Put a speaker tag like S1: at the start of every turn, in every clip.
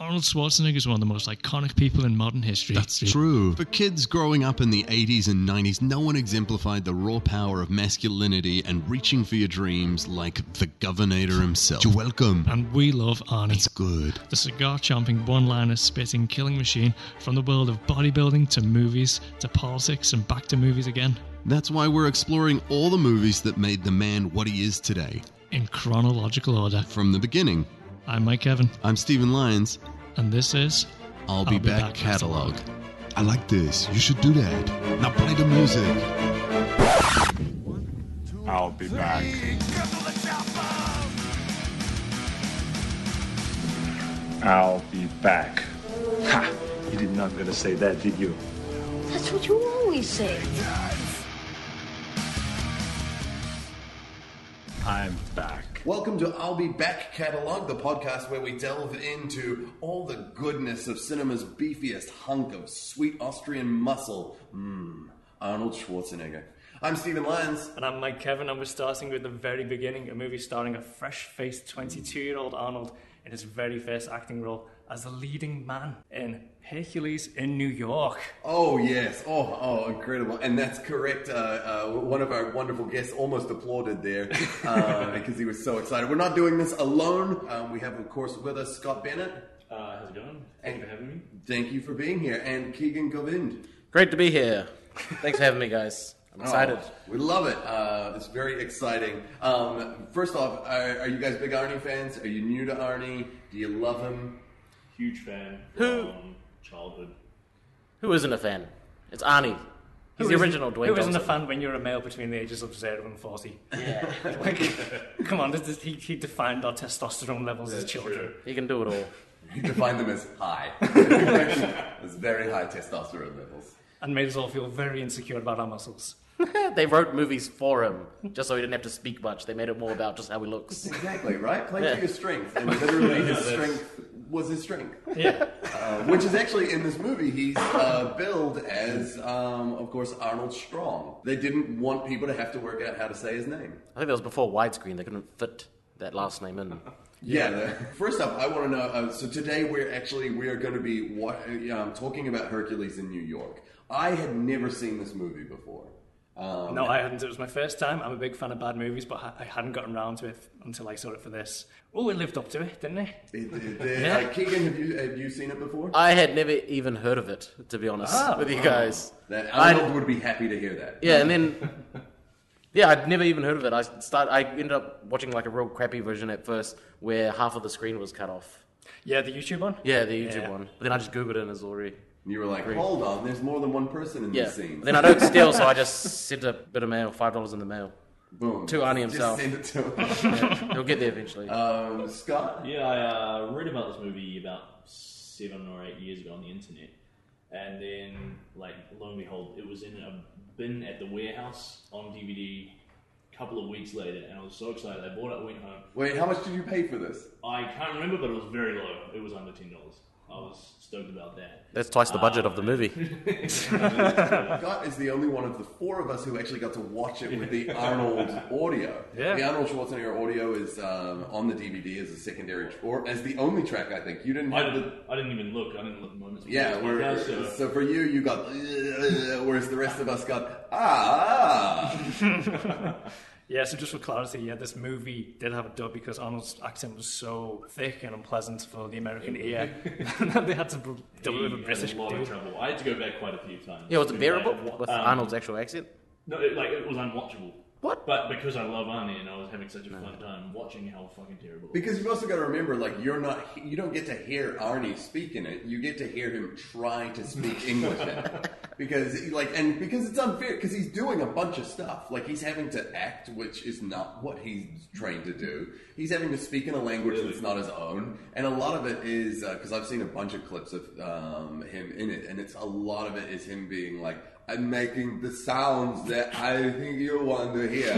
S1: Arnold Schwarzenegger is one of the most iconic people in modern history.
S2: That's true. For kids growing up in the 80s and 90s, no one exemplified the raw power of masculinity and reaching for your dreams like the Governator himself. You're welcome.
S1: And we love Arnie.
S2: It's good.
S1: the cigar chomping, one liner spitting killing machine from the world of bodybuilding to movies to politics and back to movies again
S2: That's why we're exploring all the movies that made the man what he is today
S1: in chronological order.
S2: from the beginning.
S1: I'm Mike Evan,
S2: I'm Stephen Lyons.
S1: and this is
S2: I'll be, back, catalog. I like this. You should do that. Now play the music.
S3: I'll be back. I'll be back. Ha! You did not gonna say that, did you?
S4: That's what you always say.
S3: I'm back.
S5: Welcome to I'll Be Back Catalog, the podcast where we delve into all the goodness of cinema's beefiest hunk of sweet Austrian muscle. Mmm, Arnold Schwarzenegger. I'm Stephen Lyons.
S6: And I'm Mike Kevin, and we're starting with the very beginning a movie starring a fresh faced 22 year old Arnold in his very first acting role as the leading man in Hercules in New York.
S5: Oh, yes. Oh, oh, incredible. And that's correct. Uh, uh, one of our wonderful guests almost applauded there uh, because he was so excited. We're not doing this alone. Um, we have, of course, with us Scott Bennett.
S6: Uh, how's it going? Thank you for having me.
S5: Thank you for being here. And Keegan Govind.
S7: Great to be here. Thanks for having me, guys. I'm excited.
S5: Oh, we love it. Uh, it's very exciting. Um, first off, are, are you guys big Arnie fans? Are you new to Arnie? Do you love him?
S8: Huge fan
S7: Who-
S6: Um,
S8: from childhood.
S7: Who isn't a fan? It's Arnie. He's the original Dwayne
S6: Who isn't a
S7: Johnson.
S6: fan when you're a male between the ages of 0 and 40? Yeah. come on, this is, he, he defined our testosterone levels as children.
S7: He can do it all.
S5: You define them as high. There's very high testosterone levels.
S6: And made us all feel very insecure about our muscles.
S7: they wrote movies for him just so he didn't have to speak much. They made it more about just how he looks.
S5: Exactly, right? Play
S7: Yeah.
S5: to your strength. And literally his strength was his strength.
S6: Yeah.
S5: Uh, which is actually in this movie, he's uh, billed as, um, of course, Arnold Strong. They didn't want people to have to work out how to say his name.
S7: I think that was before widescreen. They couldn't fit that last name in.
S5: Yeah. the- First up, I want to know. Uh, so today we're actually we are going to be wa- uh, um, talking about Hercules in New York. I had never seen this movie before. Um,
S6: No, I hadn't. It was my first time. I'm a big fan of bad movies, but I- I hadn't gotten round to it until I saw it for this. Oh, it lived up to it, didn't it?
S5: It, it, it-
S6: Yeah.
S5: uh, Keegan, have you have you seen it before?
S7: I had never even heard of it, to be honest,
S6: Oh,
S7: with you guys.
S5: that
S7: I-
S5: Arnold would be happy to hear that.
S7: Yeah, and then yeah, I'd never even heard of it. I start. I ended up watching like a real crappy version at first, where half of the screen was cut off.
S6: Yeah, the YouTube one.
S7: Yeah, the YouTube
S6: Yeah.
S7: one. But then I just googled it and it's already.
S5: And you were like, hold on, there's more than one person in
S7: Yeah.
S5: this scene.
S7: Then I don't steal, so I just sent a bit of mail, five dollars in the mail.
S5: Boom.
S7: to Arnie himself.
S5: Just send it to him.
S7: He'll get there eventually.
S5: um, Scott.
S8: Yeah, I uh, read about this movie about seven or eight years ago on the internet, and then like lo and behold, it was in a bin at the warehouse on DVD. A couple of weeks later, and I was so excited. I bought it, went home.
S5: Wait, how much did you pay for this?
S8: I can't remember, but it was very low. It was under ten dollars. I was stoked about that.
S7: That's twice the budget of the movie.
S5: Scott is the only one of the four of us who actually got to watch it with the Arnold audio.
S6: Yeah.
S5: The Arnold Schwarzenegger audio is um, on the DVD as a secondary, tr- or as the only track, I think. You didn't
S8: I
S5: have
S8: didn't,
S5: the.
S8: I didn't even look. I didn't look at moments.
S5: Yeah,
S8: where
S5: we're, so for you, you got, "Ugh," whereas the rest of us got, ah.
S6: Yeah, so just for clarity, yeah, this movie did have a dub because Arnold's accent was so thick and unpleasant for the American ear that they had to br- dub it with a British
S8: a lot of
S6: dude.
S8: trouble. I had to go back quite a few times.
S7: Yeah, was
S8: To,
S7: it
S8: like,
S7: bearable
S8: wa-
S7: with
S8: um,
S7: Arnold's actual accent?
S8: No, it, like it was unwatchable.
S7: What?
S8: But because I love Arnie and I was having such a fun time watching how fucking terrible. it was.
S5: Because you've also got to remember, like, you're not, you don't get to hear Arnie speak in it. You get to hear him try to speak English in it. Because, like, and because it's unfair, because he's doing a bunch of stuff. Like, he's having to act, which is not what he's trained to do. He's having to speak in a language that's not his own. And a lot of it is, because I've seen a bunch of clips of um, him in it, and it's a lot of it is him being like, I'm making the sounds that I think you want to hear.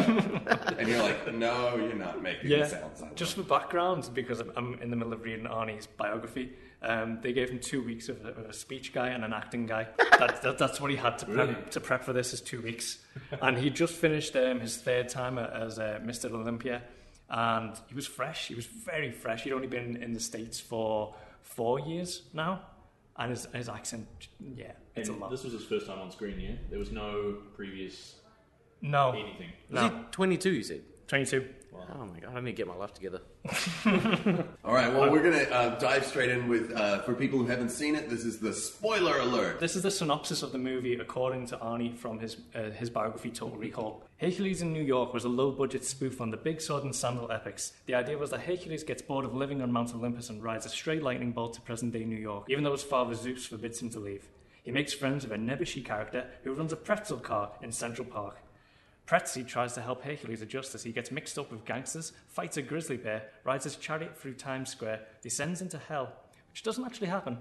S5: and you're like, no, you're not making the
S6: Yeah,
S5: sounds I want.
S6: just for background, because I'm, I'm in the middle of reading Arnie's biography, um, they gave him two weeks of, a- of a speech guy and an acting guy. that, that, that's what he had to prep, to prep for this is two weeks. and he just finished um, his third time a- as uh, Mr. Olympia, and he was fresh. He was very fresh. He'd only been in the States for four years now, and his, his accent, yeah, it's a
S8: And
S6: lot.
S8: this was his first time on screen, yeah? There was no previous
S6: no,
S8: anything.
S7: Was he
S6: no,
S7: 22, you said?
S6: 22.
S7: Oh my god, I need to get my life together.
S5: All right, well, we're going to uh, dive straight in with, uh, for people who haven't seen it, this is the spoiler alert.
S6: This is the synopsis of the movie, according to Arnie from his uh, his biography, Total Recall. Hercules in New York was a low-budget spoof on the Big Sword and Sandal epics. The idea was that Hercules gets bored of living on Mount Olympus and rides a stray lightning bolt to present-day New York, even though his father Zeus forbids him to leave. He makes friends with a Nebushi character who runs a pretzel car in Central Park. Pretzi tries to help Hercules adjust as he gets mixed up with gangsters, fights a grizzly bear, rides his chariot through Times Square, descends into hell, which doesn't actually happen.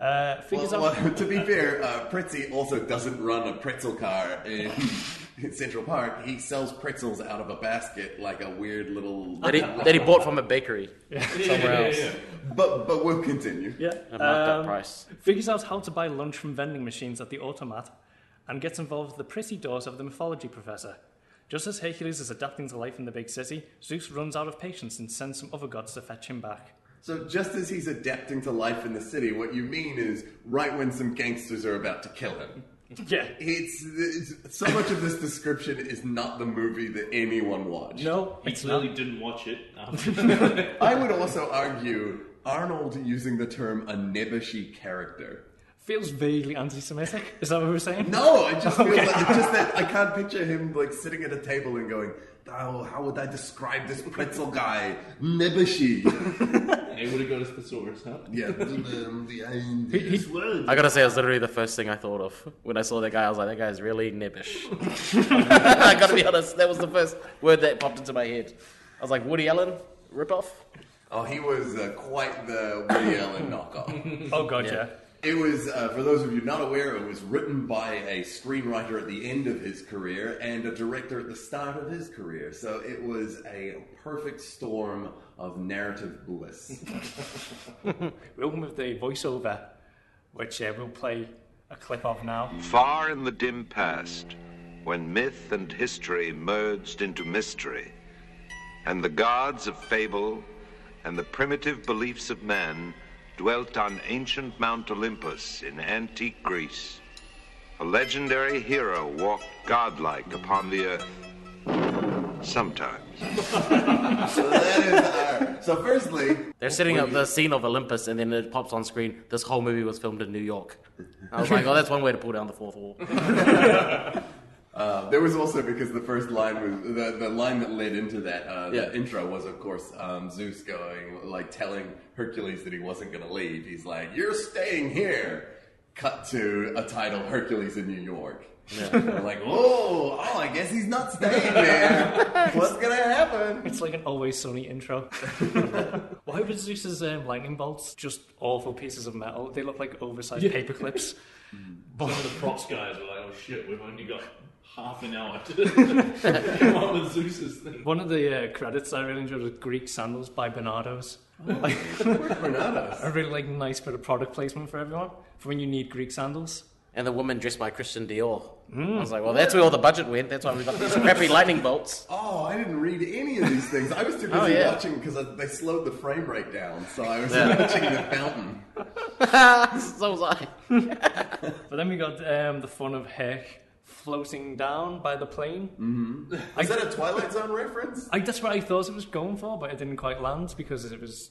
S6: Uh,
S5: Well,
S6: figures out.
S5: well, to be fair, uh, Pretzi also doesn't run a pretzel car in, in Central Park. He sells pretzels out of a basket like a weird little.
S7: That he, that he bought from a bakery somewhere else.
S5: But, but we'll continue.
S6: Yeah.
S7: At marked up
S6: um,
S7: price.
S6: Figures out how to buy lunch from vending machines at the automat and gets involved with the pretty daughters of the mythology professor. Just as Hercules is adapting to life in the big city, Zeus runs out of patience and sends some other gods to fetch him back.
S5: So just as he's adapting to life in the city, what you mean is right when some gangsters are about to kill him.
S6: Yeah.
S5: It's, it's so much of this description is not the movie that anyone watched.
S6: No,
S8: He
S6: it's not.
S8: clearly didn't watch it. Um, After.
S5: I would also argue Arnold using the term a nebushi character.
S6: Feels vaguely anti-Semitic. Is that what we're saying?
S5: No, it just feels
S6: Okay.
S5: like it's just that I can't picture him like sitting at a table and going, "Oh, how would I describe this pretzel guy, nebushi?"
S8: it would have got his thesaurus, huh?
S5: yeah, um, the, um, the-
S6: He-
S7: I gotta say, it was literally the first thing I thought of when I saw that guy. I was like, that guy's really nibbish. I gotta be honest, that was the first word that popped into my head. I was like, Woody Allen, ripoff?
S5: oh, he was uh, quite the Woody Allen knockoff.
S6: oh god, yeah.
S5: It was, uh, for those of you not aware, it was written by a screenwriter at the end of his career and a director at the start of his career. So it was a perfect storm of narrative bliss.
S6: We open with the voiceover, which uh, we'll play a clip of now.
S9: Far in the dim past, when myth and history merged into mystery, and the gods of fable and the primitive beliefs of man dwelt on ancient Mount Olympus in antique Greece, a legendary hero walked godlike upon the earth. Sometimes.
S5: So that is our. So, firstly,
S7: They're setting up the scene of Olympus, and then it pops on screen. This whole movie was filmed in New York. I was like, oh, that's one way to pull down the fourth wall.
S5: uh, there was also because the first line was the, the line that led into that uh,
S7: Yeah.
S5: the intro was, of course, um, Zeus going like telling Hercules that he wasn't going to leave. He's like, "You're staying here." Cut to a title: Hercules in New York. We're like, whoa! Oh, I guess he's not staying there. What's gonna happen?
S6: It's like an always sunny intro. Why was Zeus's um, lightning bolts just awful pieces of metal? They look like oversized paper clips.
S8: Some of the props guys were like, oh shit, we've only got half an hour to come up with Zeus's thing.
S6: One of the uh, credits I really enjoyed was Greek sandals by Bernardo's. Like,
S5: Tornadoes.
S6: a really like nice bit of product placement for everyone for when you need Greek sandals.
S7: And the woman dressed by Christian Dior. I was like, well, that's where all the budget went. That's why we got these crappy lightning bolts.
S5: Oh, I didn't read any of these things. I was too busy
S7: Oh, yeah.
S5: watching because they slowed the frame rate down, so I was
S7: Yeah.
S5: watching the fountain.
S7: so was I.
S6: But then we got um, the fun of Heck floating down by the plane.
S5: Is that a Twilight Zone reference?
S6: I, that's what I thought it was going for, but it didn't quite land because it was.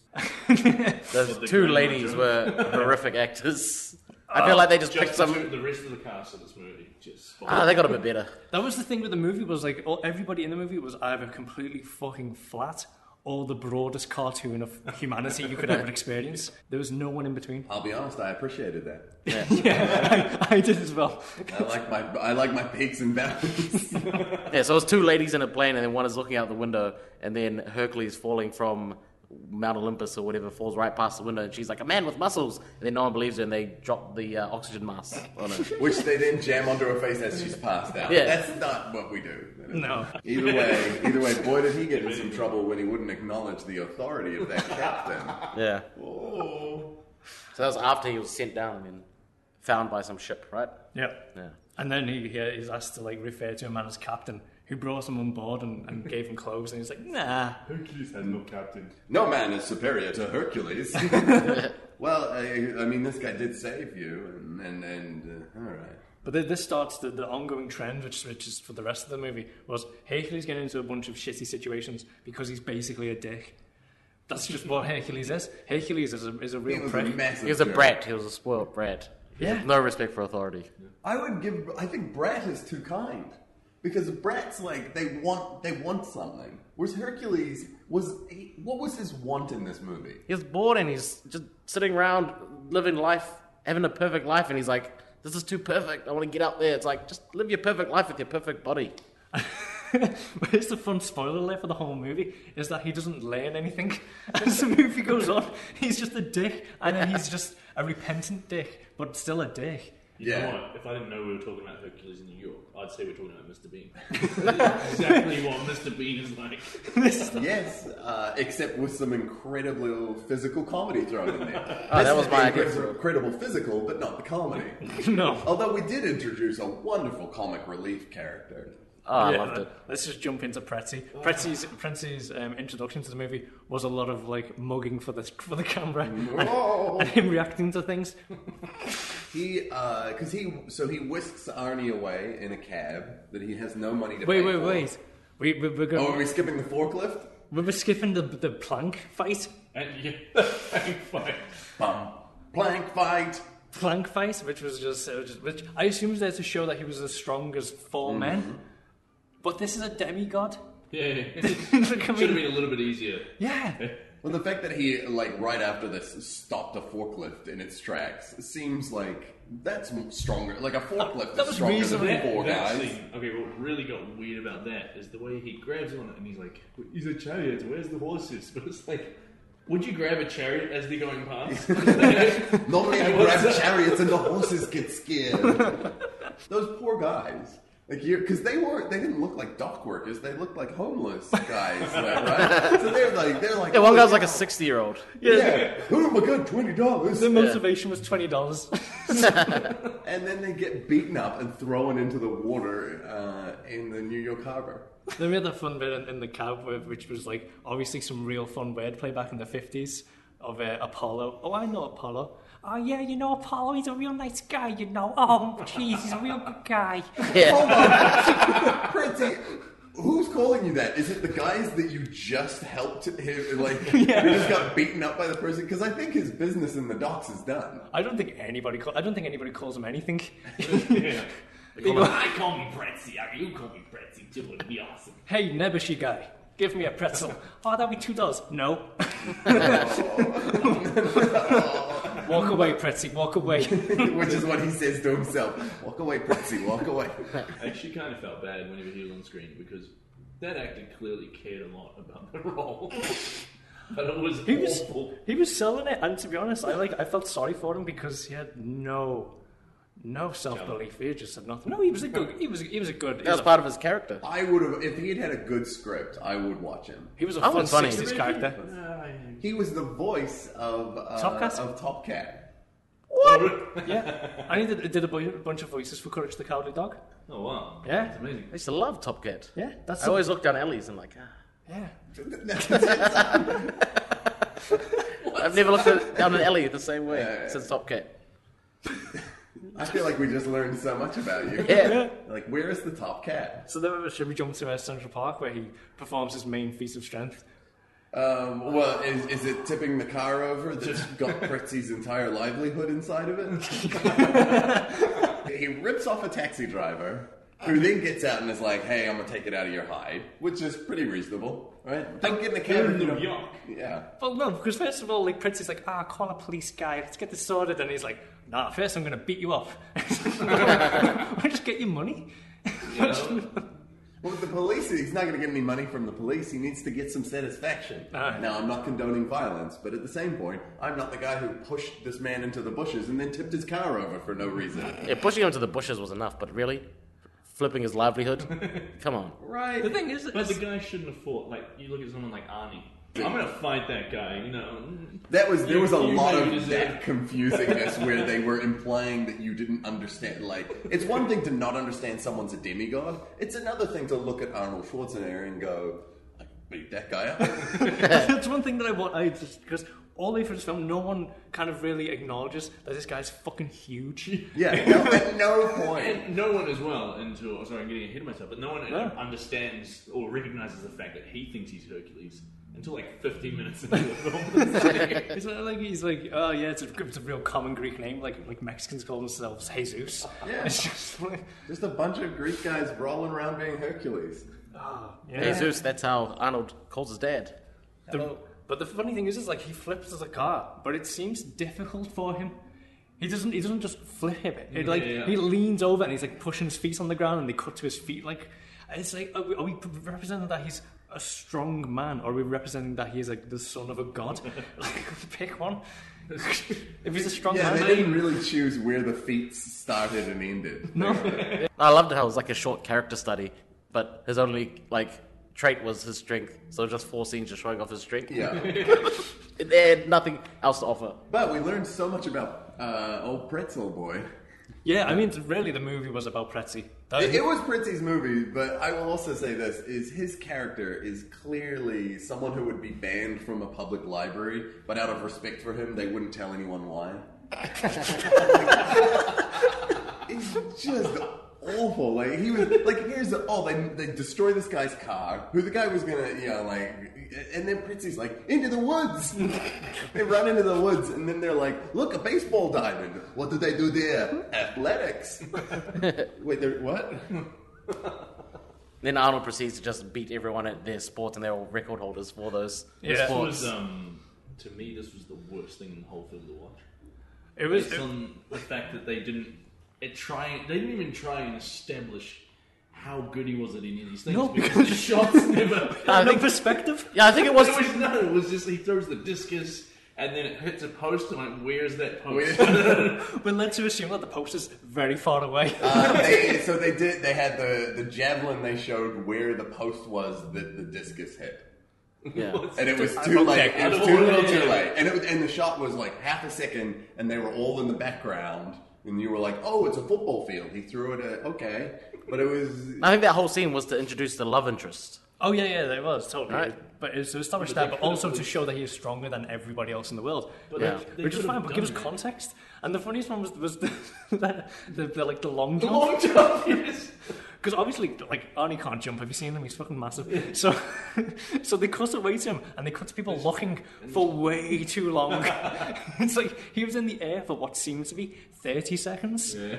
S7: Those
S8: the
S7: two
S8: grandma
S7: ladies
S8: joke.
S7: were horrific actors. I feel like they just picked
S8: Just
S7: some.
S8: the, the rest of the cast of this movie. Just
S7: Ah, they got a bit better.
S6: That was the thing with the movie was like all, everybody in the movie was either completely fucking flat or the broadest cartoon of humanity you could ever experience. There was no one in between.
S5: I'll be honest, I appreciated that.
S6: Yeah, I, I did as well.
S5: I like my I like my peaks and valleys.
S7: Yeah, so it was two ladies in a plane, and then one is looking out the window, and then Hercules falling from Mount Olympus or whatever falls right past the window, and she's like, "A man with muscles," and then no one believes her, and they drop the uh, oxygen mask on her.
S5: Which they then jam onto her face as she's passed out.
S7: Yeah.
S5: That's not what we do.
S6: No.
S5: Either way, either way, boy did he get in some trouble when he wouldn't acknowledge the authority of that captain.
S7: Yeah.
S5: Oh.
S7: So that was after he was sent down and found by some ship, right?
S6: Yep.
S7: Yeah.
S6: And then he, he is asked to like refer to a man as captain who brought him on board and, and gave him clothes and he's like, nah.
S8: Hercules has no captain.
S5: No man is superior to Hercules. Well, I, I mean, this guy did save you, and and, and uh, all right.
S6: But th- this starts the, the ongoing trend, which, which is for the rest of the movie, was Hercules getting into a bunch of shitty situations because he's basically a dick. That's just what Hercules is. Hercules is a, is a
S5: He
S6: real
S5: was a
S6: prick.
S5: massive.
S7: He was a
S5: jerk.
S7: brat. He was a spoiled brat.
S6: Yeah.
S7: No respect for authority.
S5: I would give. I think brat is too kind because brats like they want they want something. Whereas Hercules was he, what was his want in this movie?
S7: He was bored and he's just sitting around living life, having a perfect life, and he's like, "This is too perfect. I want to get out there." It's like just live your perfect life with your perfect body.
S6: but here's the fun spoiler alert for the whole movie is that he doesn't learn anything as the movie goes on. He's just a dick, and then he's just a repentant dick, but still a dick.
S8: You know
S5: Yeah.
S8: what? If I didn't know we were talking about Hercules in New York, I'd say we're talking about Mr. Bean. exactly what Mr. Bean is like.
S5: Yes, uh, except with some incredibly little physical comedy thrown in there.
S7: Oh, that was my idea.
S5: incredible, incredible physical, but not the comedy.
S6: No.
S5: Although we did introduce a wonderful comic relief character.
S7: Oh, I
S6: Yeah,
S7: loved it.
S6: let- Let's just jump into Pretty. Pretty's Pretty's um, introduction to the movie was a lot of like mugging for the for the camera
S5: No.
S6: and, and him reacting to things.
S5: He, because he, so he whisks Arnie away in a cab that he has no money to
S6: Wait,
S5: pay
S6: wait,
S5: for.
S6: wait. We we we're,
S5: Oh, are
S6: going,
S5: we skipping the forklift?
S6: we were skipping the the plank fight,
S8: And yeah, fine.
S5: Bum. Plank fight.
S6: plank fight, which was just, it was just- which I assume was there to show that he was as strong as 4 men. But this is a demigod.
S8: Yeah,
S6: Look at me.
S8: should have been a little bit easier.
S6: Yeah,
S5: Well, the fact that he, like, right after this stopped a forklift in its tracks seems like that's m- stronger. Like, a forklift
S6: That
S5: is
S6: was
S5: stronger
S6: reasonable.
S5: than four
S8: That
S5: guys.
S8: scene- okay, what really got weird about that is the way he grabs on it and he's like, "He's a chariot. Where's the horses?" But it's like, would you grab a chariot as they're going past?
S5: Normally, I
S8: What's
S5: grab
S8: that?
S5: chariots and the horses get scared. Those poor guys. Like you, because they were, they didn't look like dock workers. They looked like homeless guys, right? So they're like, they're like,
S7: Yeah, one
S5: "Oh,
S7: guy's like a sixty-year-old.
S5: yeah. Oh my god, twenty dollars.
S6: the motivation was twenty dollars.
S5: And then they get beaten up and thrown into the water uh, in the New York harbor.
S6: Then we had that fun bit in, in the cab, with, which was like obviously some real fun wordplay back in the 50s of uh, Apollo. Oh, I know Apollo. Oh, yeah, you know Apollo. He's a real nice guy, you know. Oh, jeez, he's a real good guy.
S5: Pretty. Who's calling you that? Is it the guys that you just helped him? Like, you just got beaten up by the person? Because I think his business in the docks is done.
S6: I don't think anybody. Call, I don't think anybody calls him anything.
S8: yeah. I call me Bretzy. I mean, you call me Bretzy too. It'd be awesome.
S6: hey, Nebushi guy, give me a pretzel. oh, that'll be two dollars. No. walk away, pretzel. Walk away.
S5: Which is what he says to himself. Walk away, Pepsi, walk away.
S8: I actually kind of felt bad whenever he was on screen because that actor clearly cared a lot about the role. but it was
S6: He was
S8: awful.
S6: he was selling it, and to be honest, I like I felt sorry for him because he had no no self belief. He just said nothing. No, he was a good. He was he was a good. He
S7: That
S6: was
S7: was
S6: a,
S7: part of his character.
S5: I would have, if he had had a good script, I would watch him.
S6: he was a
S7: I
S6: fun
S7: was funny.
S6: sixties character.
S5: He was the voice of uh,
S6: Top Cat?
S5: of Top Cat.
S6: Yeah, and he did, did a bu- bunch of voices for Courage the Cowardly Dog.
S8: Oh wow.
S6: Yeah.
S8: That's amazing.
S7: I used to love Top Cat.
S6: Yeah, that's
S7: I always looked down alleys and like, ah.
S6: yeah.
S7: I've never looked at, down an alley the same way since Top Cat.
S5: I feel like we just learned so much about you.
S7: Yeah.
S5: Like, where is the Top Cat?
S6: So then should we jump to uh, Central Park where he performs his main feat of strength?
S5: Um, well, is, is it tipping the car over that's got Pritzy's entire livelihood inside of it? he rips off a taxi driver, who then gets out and is like, hey, I'm going to take it out of your hide, which is pretty reasonable, right? Don't get in the car.
S8: In
S5: if you
S8: New
S5: don't-
S8: York.
S5: Yeah.
S6: Well, Oh, no, because first of all, like Prince is like, ah, call a police guy, let's get this sorted, and he's like, nah, first I'm gonna beat you up. I just get your money.
S5: Well, with the police, he's not going to get any money from the police. He needs to get some satisfaction.
S6: Ah.
S5: Now, I'm not condoning violence, but at the same point, I'm not the guy who pushed this man into the bushes and then tipped his car over for no reason.
S7: Yeah, pushing him into the bushes was enough, but really, flipping his livelihood, come on.
S6: The
S5: right?
S6: thing is,
S8: But the
S6: it's-
S8: guy shouldn't have fought. Like you look at someone like Arnie. I'm gonna fight that guy. You know.
S5: That was there
S8: You-
S5: was a
S8: you
S5: lot
S8: know
S5: of
S8: you deserve
S5: that
S8: it.
S5: confusingness where they were implying that you didn't understand. Like, it's one thing to not understand someone's a demigod. It's another thing to look at Arnold Schwarzenegger and go, "I beat that guy up."
S6: that's one thing that I want. I just because all day for this film, no one kind of really acknowledges that this guy's fucking huge.
S5: Yeah, no, at no point.
S8: And no one as well until oh, sorry, I'm getting ahead of myself, but no one
S6: No.
S8: understands or recognizes the fact that he thinks he's Hercules until like 15 minutes into the film.
S6: It's not like he's like, oh yeah, it's a, it's a real common Greek name. Like like Mexicans call themselves Jesus.
S5: Yeah.
S6: It's just like,
S5: Just a bunch of Greek guys rolling around being Hercules.
S6: yeah.
S7: Jesus, that's how Arnold calls his dad.
S6: The-
S8: Oh.
S6: but the funny thing is, is like he flips as a car, but it seems difficult for him. He doesn't. He doesn't just flip it. It, like
S8: yeah.
S6: he leans over and he's like pushing his feet on the ground, and they cut to his feet. Like it's like are we, are we representing that he's a strong man, or are we representing that he is like the son of a god? like pick one. if he's a strong
S5: Yeah,
S6: man,
S5: they didn't really choose where the feats started and ended.
S7: I loved how it was like a short character study, but his only like trait was his strength. So just four scenes just showing off his strength.
S5: Yeah.
S7: They had nothing else to offer.
S5: But we learned so much about uh, old Pretzel Boy.
S6: yeah. I mean, really, the movie was about Pretzi. That-
S5: It, it was Pritzy's movie, but I will also say this: is his character is clearly someone who would be banned from a public library, but out of respect for him, they wouldn't tell anyone why. He's just awful. Like he was like, here's the oh, they they destroy this guy's car, who the guy was gonna, you know, like, and then Pritzy's like into the woods. they run into the woods, and then they're like, look, a baseball diamond. What do they do there? Athletics. Wait, they're what?
S7: Then Arnold proceeds to just beat everyone at their sports, and they're all record holders for those
S6: Yeah.
S8: This
S7: sports.
S8: was, um, to me, this was the worst thing in the whole film to watch.
S6: It was.
S8: Based on the fact that they didn't, it try, they didn't even try and establish how good he was at any of these things
S6: No,
S8: because the shots never.
S7: I
S6: no
S7: think-
S6: perspective.
S7: yeah, I think it was.
S8: It was- no, it was just he throws the discus and then it hits a post and like, where's that post?
S6: We're led to assume that the post is very far away.
S5: Uh, they, so they did. They had the the javelin. They showed where the post was that the discus hit,
S7: yeah.
S5: and it was
S6: I
S5: too
S6: love
S5: late.
S6: that.
S5: It
S8: I
S5: was
S8: love
S5: too
S8: that.
S5: little, too late. And it was, and the shot was like half a second, and they were all in the background, and you were like, "Oh, it's a football field." He threw it. At, okay, but it was
S7: I think that whole scene was to introduce the love interest.
S6: Oh yeah, yeah, there was totally.
S7: Right.
S6: But it's to establish
S8: But they
S6: that, but
S8: could've
S6: also to
S8: put-
S6: show that he is stronger than everybody else in the world.
S8: But
S7: Yeah.
S8: they- they
S6: Which is
S8: could've
S6: fine, but give us
S8: done it.
S6: context. And the funniest one was was the, the, the, the like the long
S8: The
S6: jump
S8: long jump, yes.
S6: because obviously like Arnie can't jump. Have you seen him? He's fucking massive. So so they cut away to him and they cut to people looking for way too long. it's like he was in the air for what seemed to be thirty seconds.
S7: There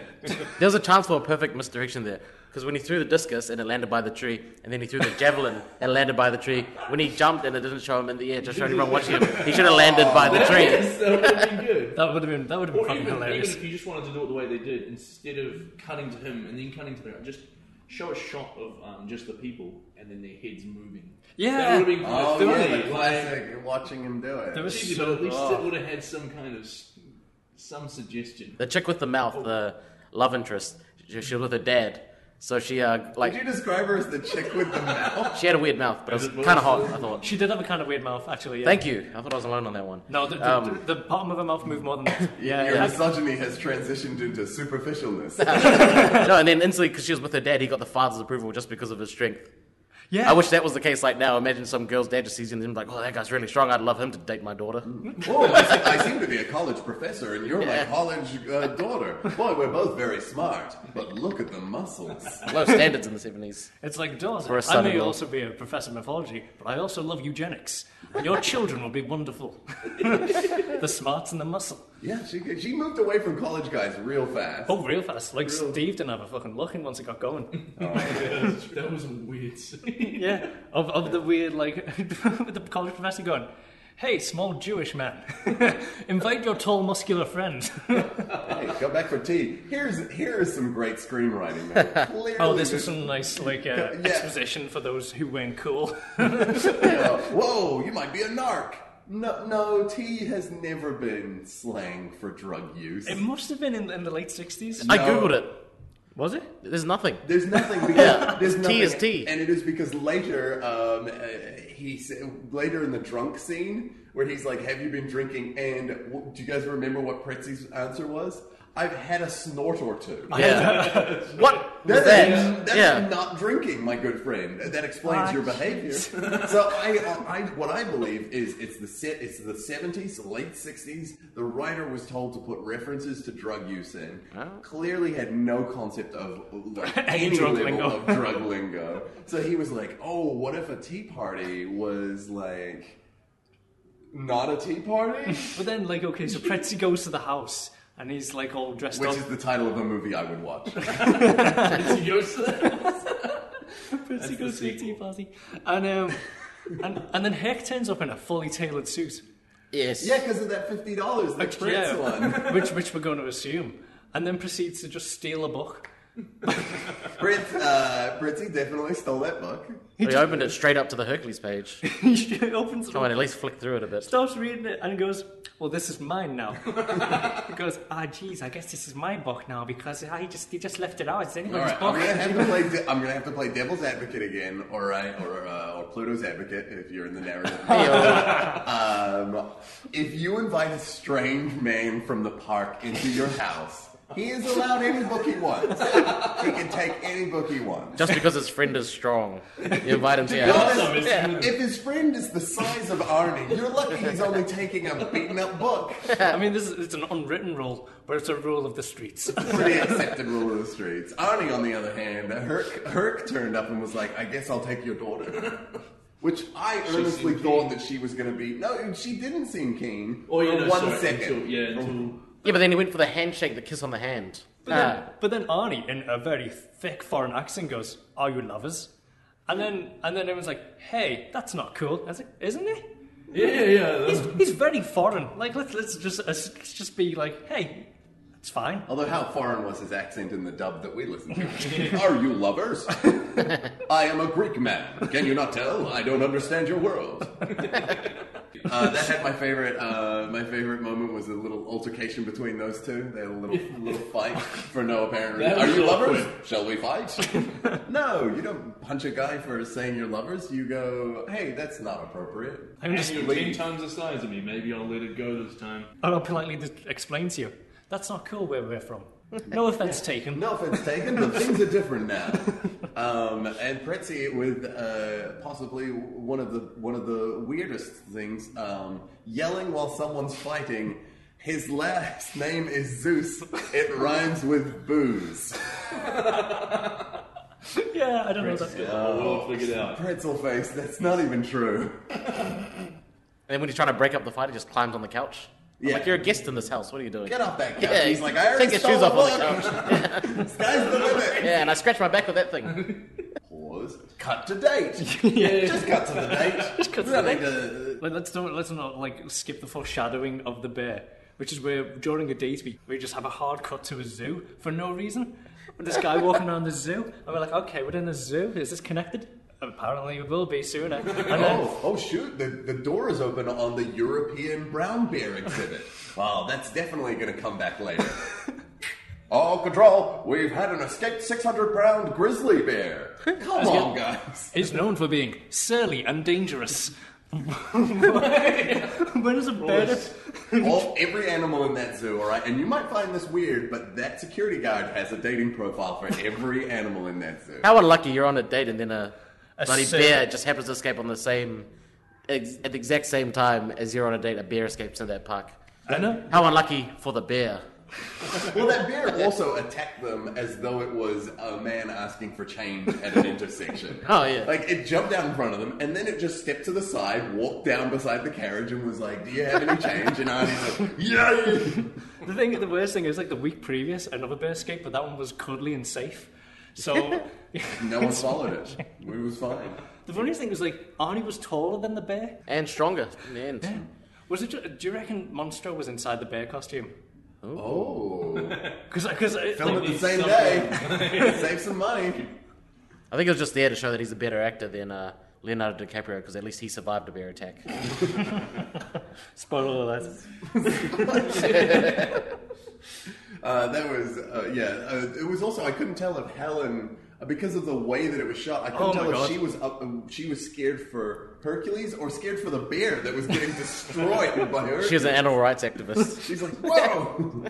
S7: was a chance for a perfect misdirection there. Because when he threw the discus and it landed by the tree, and then he threw the javelin and it landed by the tree, when he jumped and it didn't show him in the air, just showed everyone watching him, he should have landed by the tree.
S8: Yes, that would have been good.
S6: That would have been that would have been
S8: Or
S6: fucking
S8: even, even
S6: hilarious.
S8: if you just wanted to do it the way they did, instead of cutting to him and then cutting to the just show a shot of um, just the people and then their heads moving.
S6: Yeah.
S8: that would have been
S5: oh
S8: funny.
S5: yeah, the
S8: like,
S5: classic watching him do it.
S6: There was
S8: cheesy,
S6: so
S8: but at least
S6: oh.
S8: it would have had some kind of s- some suggestion.
S7: The chick with the mouth, the love interest, she, she was with her dad. So she, uh,
S5: Did you
S7: like,
S5: describe her as the chick with the mouth?
S7: she had a weird mouth, but it was
S8: Is it
S7: kind of hot,
S8: both?
S7: I thought.
S6: She did have a kind of weird mouth, actually. Yeah.
S7: Thank you. I thought I was alone on that one.
S6: No, the, the,
S7: Um,
S6: the, the bottom of her mouth moved more than that.
S7: Yeah,
S5: Your
S7: yeah.
S5: misogyny has transitioned into superficialness.
S7: no, and then instantly, because she was with her dad, he got the father's approval just because of his strength.
S6: Yeah.
S7: I wish that was the case. Like now, imagine some girl's dad just sees him and like, "Oh, that guy's really strong. I'd love him to date my daughter."
S5: Whoa, I, se- I seem to be a college professor and you're my
S7: Yeah.
S5: college uh, daughter. Boy, we're both very smart, but look at the muscles.
S7: Low standards in the seventies.
S6: It's like, Dawes,
S7: For a
S6: I may
S7: son-in-law.
S6: also be a professor of mythology, but I also love eugenics. And your children will be wonderful. the smarts and the muscle.
S5: Yeah, she, she moved away from college guys real fast.
S6: Oh, real fast. Like, Steve didn't have a fucking look in once it got going.
S8: Oh, that was a weird scene.
S6: yeah. Of, of the weird, like, with the college professor going, hey, small Jewish man, invite your tall, muscular friend.
S5: Hey, go back for tea. Here's here is some great screenwriting. Man. Clearly
S6: oh, this was
S5: this-
S6: some nice, like, uh,
S5: Yeah.
S6: exposition for those who weren't cool.
S5: you know, whoa, you might be a narc. No, no, tea has never been slang for drug use.
S6: it must have been in, in the late 60s.
S7: I
S5: No.
S7: googled it.
S6: Was it?
S7: There's nothing.
S5: There's nothing because
S7: Yeah,
S5: there's
S7: tea
S5: nothing,
S7: is tea.
S5: and it is because later um, uh, he s- later in the drunk scene where he's like, "Have you been drinking?" And w- do you guys remember what Pretzi's answer was? I've had a snort or two.
S7: Yeah. what was
S5: That is-
S7: that?
S5: that's
S7: Yeah.
S5: not drinking, my good friend. That explains your behavior. so I, I, what I believe is it's the se- it's the seventies, late sixties. The writer was told to put references to drug use in. Clearly, had no concept of like,
S6: Any
S5: any,
S6: drug
S5: level
S6: lingo.
S5: of drug lingo. So he was like, "Oh, what if a tea party was like not a tea party?"
S6: But then, like, okay, so Pretzi goes to the house and he's like all dressed
S5: Which
S6: up.
S5: is the title of a movie I would watch.
S6: Pretzi goes to a tea party, and um, and and then Heck turns up in a fully tailored suit,
S7: Yes.
S5: yeah, because of that fifty dollars, the Prince
S6: yeah.
S5: one.
S6: which which we're going to assume, and then proceeds to just steal a book.
S5: Prince, uh, Princey definitely stole that book.
S7: We opened it straight up to the Hercules page.
S6: he opens it,
S7: Try and
S6: up,
S7: at least flick through it a bit.
S6: stops reading it, and goes, "Well, this is mine now." he goes, "Ah, geez, I guess this is my book now because I just he just left it out. It's
S5: All
S6: anybody's
S5: right, I'm
S6: book."
S5: gonna have to play. De- I'm gonna have to play Devil's Advocate again, or I, or uh, or Pluto's Advocate if you're in the narrative. um, if you invite a strange man from the park into your house, he is allowed any book he wants. he can take any book he wants.
S7: Just because his friend is strong, you invite him to your
S5: Well,
S7: house.
S5: if- If his friend is the size of Arnie, you're lucky he's only taking a beaten up book.
S6: I mean, this is it's an unwritten rule, but it's a rule of the streets.
S5: pretty accepted rule of the streets. Arnie, on the other hand, Herc, Herc turned up and was like, I guess I'll take your daughter. Which I earnestly
S8: seemed
S5: thought
S8: keen.
S5: that she was going to be. No, she didn't seem keen.
S8: Oh, yeah,
S5: for
S8: no,
S5: one
S8: sorry,
S5: second.
S8: until- yeah, until
S7: Yeah, but then he went for the handshake, the kiss on the hand.
S6: But then,
S7: Ah.
S6: but then Arnie, in a very thick foreign accent, goes, "Are you lovers?" And then and then everyone's like, "Hey, that's not cool." I was like, "Isn't it?"
S8: yeah, yeah, yeah.
S6: He's, he's very foreign. Like let's let's just uh, let's just be like, "Hey, it's fine."
S5: Although, how foreign was his accent in the dub that we listened to? Are you lovers? I am a Greek man. Can you not tell? I don't understand your world. Uh, that had my favorite. Uh, my favorite moment was a little altercation between those two. They had a little little fight for no apparent reason.
S8: That
S5: Are
S8: was
S5: you
S8: awkward.
S5: lovers? Shall we fight? no, you don't punch a guy for saying you're lovers. You go, hey, that's not appropriate.
S6: I'm just
S8: You're ten
S5: Wait.
S8: times the size of me. Maybe I'll let it go this time.
S6: I'll politely just explain to you. That's not cool where we're from. No offense taken.
S5: No offense taken, but things are different now. Um, and Pretzi with uh, possibly one of the one of the weirdest things, um, yelling while someone's fighting. His last name is Zeus. It rhymes with booze.
S6: Yeah, I don't know that.
S8: I'll well figure it out.
S5: Pretzel face. That's not even true.
S7: And then when he's trying to break up the fight, he just climbs on the couch. I'm
S5: Yeah.
S7: Like you're a guest in this house. What are you doing?
S5: Get off that couch.
S7: Yeah,
S5: he's like, I already
S7: take his
S5: stole
S7: shoes
S5: the
S7: off on
S5: book.
S7: the couch.
S5: Sky's the limit.
S7: Yeah, and I scratch my back with that thing.
S5: Pause. Cut to date. Just cut to the date. Just
S6: cut to the
S5: date.
S6: Like, let's don't let's not like skip the foreshadowing of the bear, which is where during a date we, we just have a hard cut to a zoo for no reason. This guy walking around the zoo, and we're like, okay, we're in a zoo. Is this connected? Apparently, it will be soon. And then,
S5: Oh, oh shoot! The, the door is open on the European brown bear exhibit. Wow, that's definitely going to come back later. All control. We've had an escaped 600 pound grizzly bear. Come on, guys.
S6: is known for being surly and dangerous. when is a bear?
S5: All every animal in that zoo, all right. And you might find this weird, but that security guard has a dating profile for every animal in that zoo.
S7: How unlucky you're on a date and then a, bloody
S6: ser-
S7: bear just happens to escape on the same, ex- at the exact same time as you're on a date. A bear escapes in that park.
S6: I know.
S7: How unlucky for the bear.
S5: Well, that bear also attacked them as though it was a man asking for change at an intersection.
S7: Oh, yeah.
S5: Like it jumped out in front of them, and then it just stepped to the side, walked down beside the carriage, and was like, "Do you have any change?" And Arnie's like, "Yeah."
S6: The thing, the worst thing is like the week previous, another bear escaped, but that one was cuddly and safe. So
S5: No one followed it. We was fine.
S6: the funniest thing was like Arnie was taller than the bear.
S7: And stronger in the end.
S6: Was it? ju- Do you reckon Monstro was inside the bear costume?
S5: Oh,
S6: Because because
S5: film it the same day. Save some money.
S7: I think it was just there to show that he's a better actor than uh, Leonardo DiCaprio because at least he survived a bear attack.
S6: spoiler alert.
S5: Uh, that was uh, yeah. Uh, it was also I couldn't tell if Helen. because of the way that it was shot. I couldn't
S6: Oh my
S5: tell if
S6: God.
S5: she was up, um, she was scared for Hercules or scared for the bear that was getting destroyed by her.
S7: She's an animal rights activist.
S5: She's like, whoa!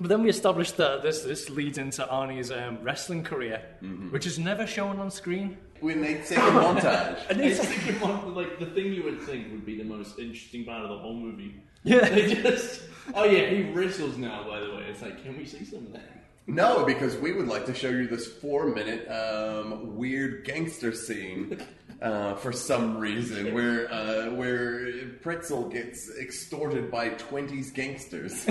S6: But then we established that this this leads into Arnie's um, wrestling career,
S8: Mm-hmm.
S6: which is never shown on screen.
S5: when they say montage,
S8: And they think one, like the thing you would think would be the most interesting part of the whole movie.
S6: Yeah.
S8: They just oh yeah, he wrestles now. By the way, it's like can we see some of that?
S5: No, because we would like to show you this four-minute um, weird gangster scene uh, for some reason, where uh, where Pretzel gets extorted by twenties gangsters.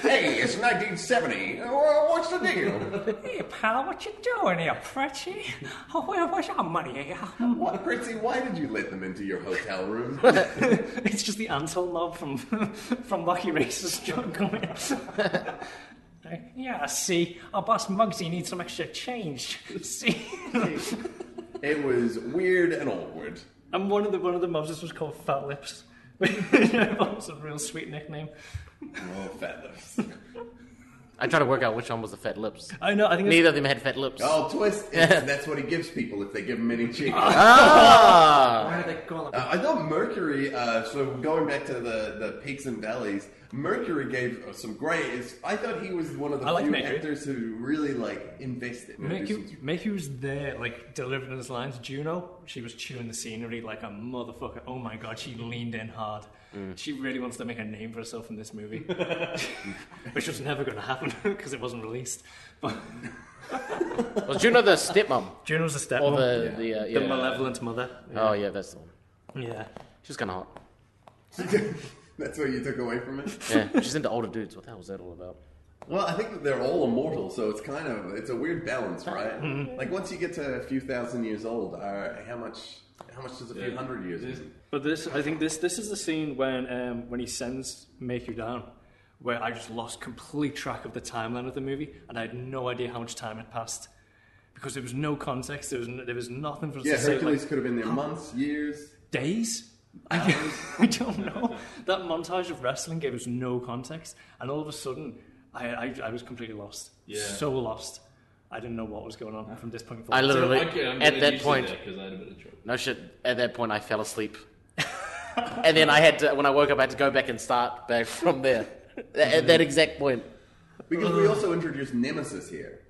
S5: hey, it's 1970. Uh, What's the deal?
S6: Hey, pal, what you doing here, Pretty? Oh, where, where's our money? here?
S5: What, Pretzel? Why did you let them into your hotel room?
S6: it's just the Antle mob from from Rocky Races John coming up. Yeah, see, our boss Muggsy needs some extra change. See,
S5: it was weird and awkward.
S6: and one of the one of the mobsters was called Fat Lips. that was a real sweet nickname.
S5: Oh, fat lips.
S7: I'm trying to work out which one was the fat lips.
S6: I know. I think
S7: Neither of them had fat lips.
S5: Oh, twist! And that's what he gives people if they give him any cheek.
S7: Ah!
S6: Why do they call it?
S5: Uh, I thought Mercury. Uh, so going back to the, the peaks and valleys, Mercury gave us some great. Is I thought he was one of the
S6: I like
S5: few
S6: Mercury.
S5: actors who really like invested. in
S6: Mayhew,
S5: producing-
S6: Mayhew's there, like delivering his lines. Juno, she was chewing the scenery like a motherfucker. Oh my god, she leaned in hard. She really wants to make a name for herself in this movie, which was never going to happen because it wasn't released. But
S7: Was Juno the stepmom?
S6: Juno's a stepmom,
S7: Or the, the, uh, yeah.
S6: the malevolent mother.
S7: Oh, yeah, that's the one.
S6: Yeah,
S7: She's kind of hot.
S5: That's what you took away from it.
S7: Yeah, she's into older dudes. What the hell was that all about?
S5: Well, I think that they're all immortal, so it's kind of it's a weird balance,
S6: Mm-hmm.
S5: right? like once you get to a few thousand years old, uh, how much how much does a few hundred years? mean?
S6: but this, I think this, this is the scene when um, when he sends Mayhew down, where I just lost complete track of the timeline of the movie, and I had no idea how much time had passed. Because there was no context, there was n there was nothing for us
S5: Yeah,
S6: to say.
S5: Hercules
S6: like,
S5: could have been there months, years.
S6: days? I, I don't know. That montage of wrestling gave us no context, and all of a sudden, I, I, I was completely lost.
S8: Yeah.
S6: So lost. I didn't know what was going on from this point forward.
S7: I literally,
S8: Okay, I'm
S7: at
S8: glad you
S7: that
S8: said
S7: point,
S8: that, 'cause I had a bit of trouble.
S7: no shit, at that point, I fell asleep. and then I had to, when I woke up, I had to go back and start back from there. at at that exact point.
S5: Because
S6: Uh.
S5: we also introduced Nemesis here.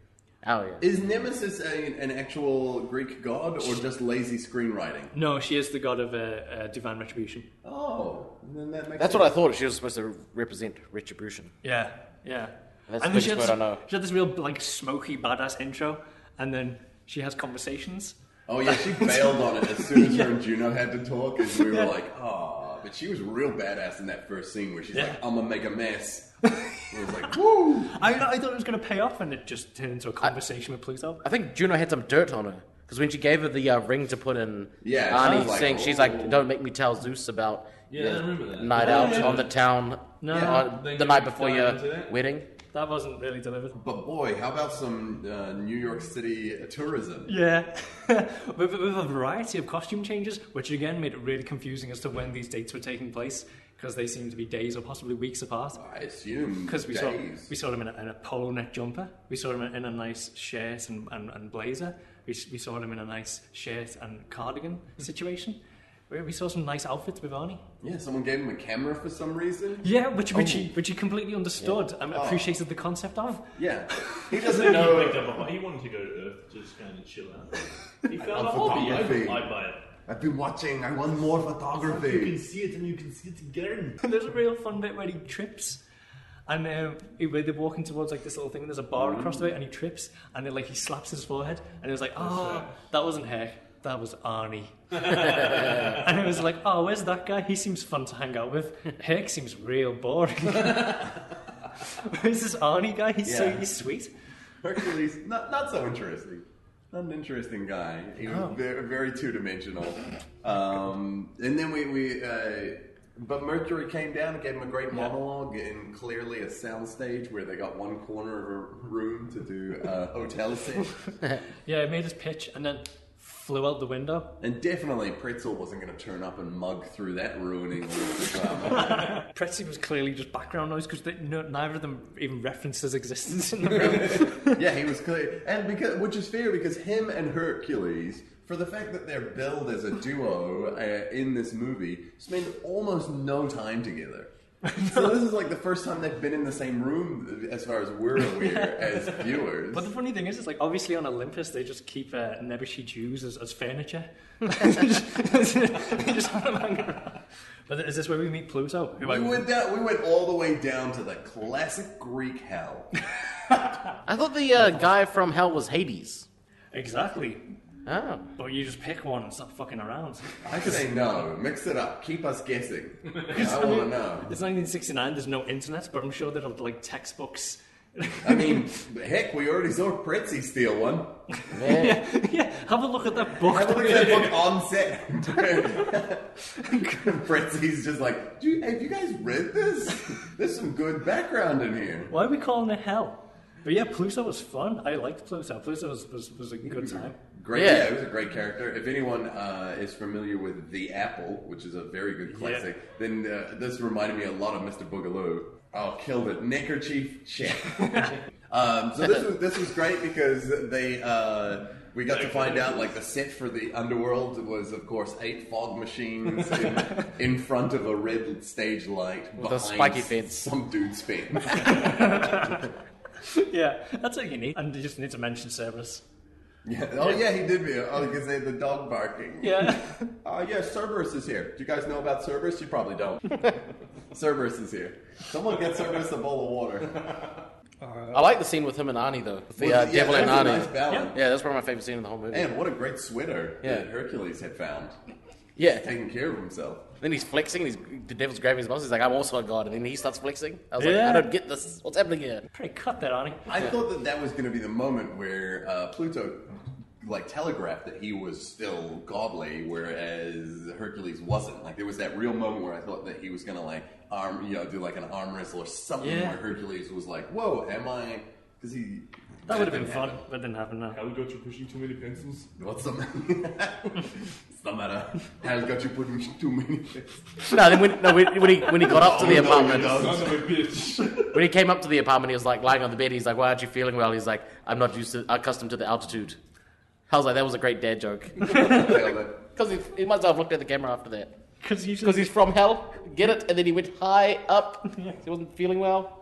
S7: Oh, yeah.
S5: Is Nemesis a, an actual Greek god or just lazy screenwriting?
S6: No, she is the god of uh, uh, divine retribution.
S5: Oh, then that makes
S7: That's
S5: sense.
S7: what I thought she was supposed to represent retribution.
S6: Yeah, yeah.
S7: That's
S6: and
S7: the
S6: then she had
S7: biggest
S6: this,
S7: word I know.
S6: She had this real like smoky badass intro, and then she has conversations.
S5: Oh yeah, she bailed on it as soon as her and Juno had to talk, and we were like, oh. But she was real badass in that first scene where she's
S6: Yeah.
S5: like, "I'm gonna make a mess." it was like, "Woo!"
S6: I, I thought it was going to pay off, and it just turned into a conversation with Pluto.
S7: I think Juno had some dirt on her because when she gave her the uh, ring to put in
S5: Yeah, she
S7: Arnie's
S5: was like,
S7: thing, she's
S5: "Oh."
S7: like, "Don't make me tell Zeus about
S8: Yeah, I remember that.
S7: night
S8: Yeah,
S7: out
S8: yeah.
S7: on the town,
S6: No.
S7: on
S8: Then
S7: the
S8: you
S7: night before
S8: dive
S7: your
S8: into that?
S7: wedding."
S6: That wasn't really delivered.
S5: But boy, how about some uh, New York City uh, tourism?
S6: Yeah, with, with a variety of costume changes, which again made it really confusing as to when these dates were taking place because they seemed to be days or possibly weeks apart.
S5: I assume
S6: Because we saw
S5: days.
S6: we saw him in a, in a polo neck jumper, we saw him in a nice shirt and, and, and blazer, we, s- we saw him in a nice shirt and cardigan situation. We, we saw some nice outfits with Arnie.
S5: yeah, someone gave him a camera for some reason.
S6: Yeah, which which he which he completely understood and appreciated the concept of.
S5: Yeah, he doesn't know.
S8: He picked up a ho- He wanted to go to Earth, just kind of chill out. He found a hobby. I,
S5: photography.
S8: I buy it.
S5: I've been watching. I want more photography.
S8: see it, and you can see it again.
S6: There's a real fun bit where he trips. And um, he- where they're walking towards like this little thing, and there's a bar
S10: Mm-hmm.
S6: across the way, and he trips, and then like he slaps his forehead, and it was like, oh, that wasn't Heck, that was Arnie. and it was like, oh, where's that guy? He seems fun to hang out with. Heck seems real boring. where's this Arnie guy? He's so
S5: Yeah.
S6: he's sweet.
S5: Hercules, not, not so interesting. Not an interesting guy. He was very, very two dimensional. Um, and then we, we uh, but Mercury came down and gave him a great monologue in clearly a soundstage where they got one corner of a room to do a uh, hotel scene.
S6: Yeah, he made his pitch, and then
S10: flew out the window.
S5: And definitely Pretzel wasn't going to turn up and mug through that ruining all of the drama.
S10: Pretzi was clearly just background noise because no, neither of them even referenced his existence in the film.
S5: yeah, he was clear, and because which is fair because him and Hercules, for the fact that they're billed as a duo uh, in this movie, spend almost no time together. so this is like the first time they've been in the same room, as far as we're aware as viewers.
S10: But the funny thing is, it's like obviously on Olympus they just keep uh, Nebuchadnezzar Jews as, as furniture. they just they just have them hanging around. But is this where we meet Pluto? Who I-
S5: we went down, we went all the way down to the classic Greek hell.
S7: I thought the uh, guy from Hell was Hades.
S10: exactly.
S7: Oh.
S10: But you just pick one and stop fucking around.
S5: I say no, mix it up, keep us guessing. I want to know.
S10: It's 1969. There's no internet, but I'm sure there are like textbooks.
S5: I mean, heck, we already saw Pretzi steal one.
S10: yeah, yeah. Have a look at that book.
S5: I look at that book on set. Pretzi's just like, Do you, have you guys read this? There's some good background in here.
S10: Why are we calling it hell? But yeah, Pluto was fun. I liked Pluto. Pluto was, was, was a good time.
S5: Great,
S7: Yeah.
S5: yeah. it was a great character. If anyone uh, is familiar with The Apple, which is a very good classic, then uh, this reminded me a lot of Mr. Boogaloo. Oh, killed it, neckerchief check. um, so this was this was great because they uh, we got to find out like the set for the underworld was of course eight fog machines in, in front of a red stage light with
S7: a spiky fence.
S5: some dude's fence.
S10: yeah, that's all you need. And you just need to mention Cerberus.
S5: yeah. Oh yeah, he did me. Oh, because they had the dog barking.
S10: Yeah.
S5: Uh, yeah, Cerberus is here. Do you guys know about Cerberus? You probably don't. Cerberus is here. Someone get Cerberus a bowl of water.
S7: I like the scene with him and Arnie though. With the uh,
S5: Yeah,
S7: devil
S5: that
S7: and
S5: was a
S7: Arnie.
S5: nice balance.
S7: yeah, that's probably my favorite scene in the whole movie.
S5: And what a great sweater that
S7: Yeah.
S5: Hercules had found,
S7: yeah.
S5: taking care of himself.
S7: Then he's flexing. And he's, the devil's grabbing his muscles. He's like, "I'm also a god," and then he starts flexing. I was
S10: Yeah.
S7: like, "I don't get this. What's happening here?"
S10: Pretty cut that, Arnie.
S5: I thought that that was going to be the moment where uh, Pluto, like, telegraphed that he was still godly, whereas Hercules wasn't. Like, there was that real moment where I thought that he was going to like arm, you know, do like an arm wrestle or something,
S10: Yeah.
S5: where Hercules was like, "Whoa, am I?" Because he
S10: That would have been fun, but it didn't happen now.
S8: Have we got you pushing too many pencils?
S5: What's the matter? it's the matter. Has got you putting too many
S7: No, then when, no, when, when he when he got up to the apartment,
S8: Oh, Son of a bitch.
S7: when he came up to the apartment, he was like lying on the bed. He's like, "Why aren't you feeling well?" He's like, "I'm not used to accustomed to the altitude." I was like, "That was a great dad joke," because he, he must have looked at the camera after that.
S10: Because
S7: Because he's from hell, get it? And then he went high up. He wasn't feeling well.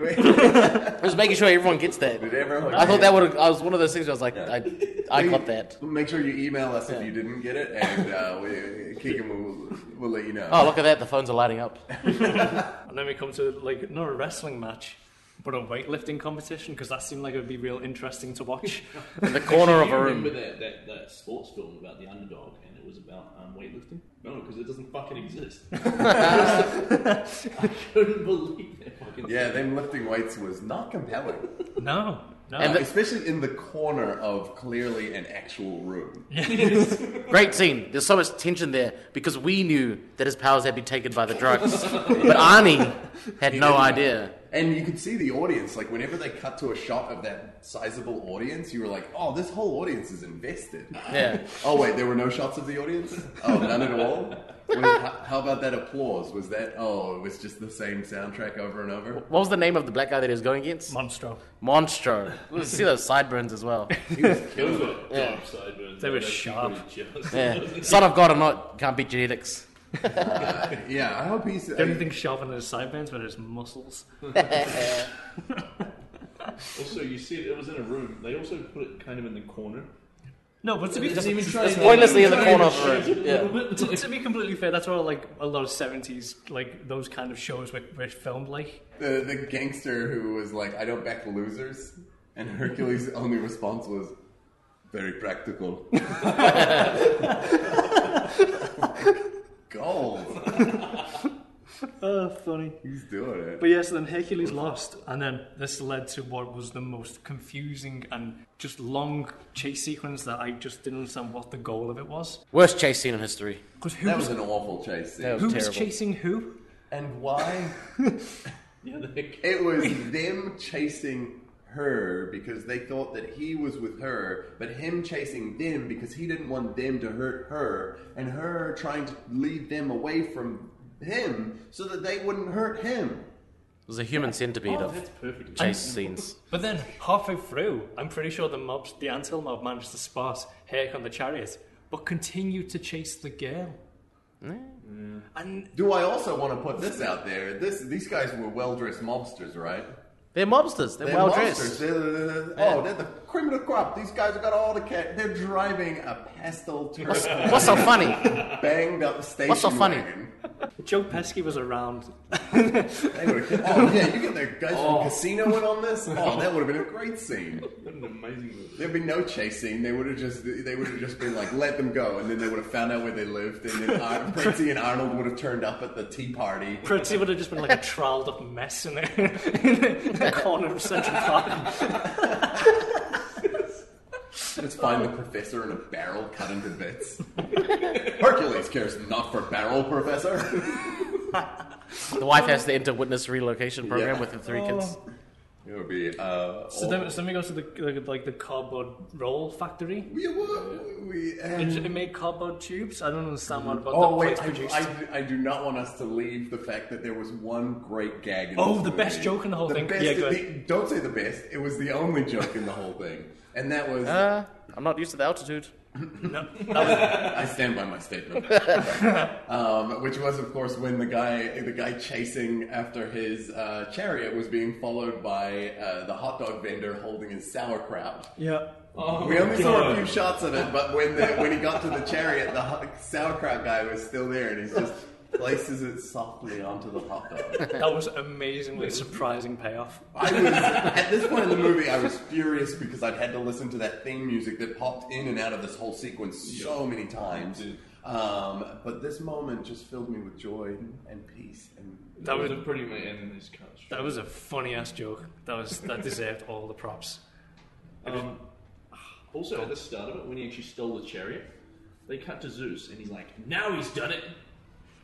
S7: I was making sure everyone gets that.
S5: Did everyone?
S7: I thought that would. I was one of those things. Where I was like, I, I
S5: Please
S7: got that.
S5: Make sure you email us if you didn't get it, and uh, we, Keegan will, will let you know.
S7: Oh, look at that! The phones are lighting up.
S10: And then we come to, like, not a wrestling match, but a weightlifting competition, because that seemed like it would be real interesting to watch.
S7: In the corner of
S8: Do you
S7: a
S8: remember
S7: room.
S8: that, that, that sports film about the underdog and it was about um, weightlifting? No, because it doesn't fucking exist. I couldn't believe that fucking
S5: Yeah, them lifting weights was not compelling, Uh,
S10: no. No.
S7: And the-
S5: especially in the corner of clearly an actual room.
S7: Great scene. There's so much tension there because we knew that his powers had been taken by the drugs, but Arnie had no idea.
S5: And you could see the audience, like whenever they cut to a shot of that sizable audience, you were like, "Oh, this whole audience is invested."
S7: Yeah.
S5: Oh wait, there were no shots of the audience. Oh, none at all. Wait, how, how about that applause? Was that? Oh, it was just the same soundtrack over and over.
S7: What was the name of the black guy that he was going against?
S10: Monstro.
S7: Monstro. You see those sideburns as well.
S8: Those were dark sideburns.
S10: They were
S8: That's
S10: sharp.
S8: pretty jealous.
S7: Yeah. Son of God or not, can't beat genetics.
S5: Yeah, I hope he's.
S10: The only thing sharp in his sideburns were his muscles.
S8: Also, you said it was in a room. They also put it kind of in the corner.
S10: No, but to be,
S8: Didn't even try
S10: that's-
S8: and-
S7: Pointlessly in the
S8: Not
S7: corner
S8: even
S7: of a
S8: shake
S7: room.
S8: it a
S7: Yeah.
S8: little
S10: to,
S8: bit.
S10: to be completely fair, that's what like a lot of seventies like those kind of shows were, were filmed like.
S5: uh, the, the gangster who was like, "I don't back losers," and Hercules' only response was, "Very practical." Gold.
S6: Uh,
S10: Oh, funny.
S5: He's doing it.
S10: But yes, then Hercules lost, and then this led to what was the most confusing and just long chase sequence that I just didn't understand what the goal of it was.
S7: Worst chase scene in history.
S10: Because who
S5: That
S10: was,
S5: was an awful chase scene.
S7: That was
S10: who was
S7: terrible.
S10: chasing who?
S5: And why?
S8: Yeah, they-
S5: It was them chasing her because they thought that he was with her, but him chasing them because he didn't want them to hurt her, and her trying to lead them away from him so that they wouldn't hurt him.
S7: was a human centipede
S8: Oh,
S7: of
S8: that's perfect.
S7: chase scenes.
S6: But then halfway through, I'm pretty sure the mobs, the anthill mob, managed to spot here come the chariots, but continued to chase the girl. And
S5: Do I also want to put this out there? This these guys were well dressed mobsters, right?
S7: They're mobsters. They're,
S5: They're
S7: well
S5: mobsters.
S7: dressed.
S5: They're- they're- they're- Oh, they're the cream of the crop. These guys have got all the cat. They're driving a pastel turd
S7: What's so funny?
S5: banged up station
S7: What's so funny?
S5: wagon.
S6: Joe Pesky was around.
S5: They would've- oh yeah, you get the guys from Casino in on this. Oh, that would have been a great scene.
S8: What an amazing movie.
S5: There'd be no chasing. They would have just they would have just been like, let them go, and then they would have found out where they lived, and then Ar- Pretty and Arnold would have turned up at the tea party.
S6: Pretty would have just been like a troweled up mess in the, in the corner of Central Park.
S5: Let's find the professor in a barrel cut into bits. Hercules cares not for barrel, Professor.
S7: The wife has to enter witness relocation program
S5: Yeah.
S7: with the three kids.
S5: It would be. Uh,
S6: So then, so then we go to the, the like the cardboard roll factory.
S5: we, we, we,
S6: It,
S5: um,
S6: it made cardboard tubes. I don't understand what about
S5: oh
S6: that
S5: wait,
S6: place
S5: I,
S6: produced.
S5: I, I do not want us to leave the fact that there was one great gag. in
S6: Oh,
S5: this
S6: the
S5: movie.
S6: best joke in the whole thing.
S5: best-
S6: Yeah, go ahead.
S5: the- don't say the best. It was the only joke in the whole thing, and that was.
S7: Uh, I'm not used to the altitude.
S5: I stand by my statement. um, which was, of course, when the guy the guy chasing after his uh, chariot was being followed by uh, the hot dog vendor holding his sauerkraut.
S6: yeah.
S10: Oh
S5: we only saw a few shots of it, but when the, when he got to the chariot, the hot, sauerkraut guy was still there, and he just places it softly onto the hot dog.
S6: That was amazingly surprising payoff.
S5: I was at this point in the movie, I was furious because I'd had to listen to that theme music that popped in and out of this whole sequence so many times. Um, but this moment just filled me with joy and peace. And
S6: That was
S8: a pretty man in his couch.
S6: that was a funny ass joke. That was that deserved all the props.
S8: Um, also, at the start of it, when he actually stole the chariot, they cut to Zeus, and he's like, "Now he's done it."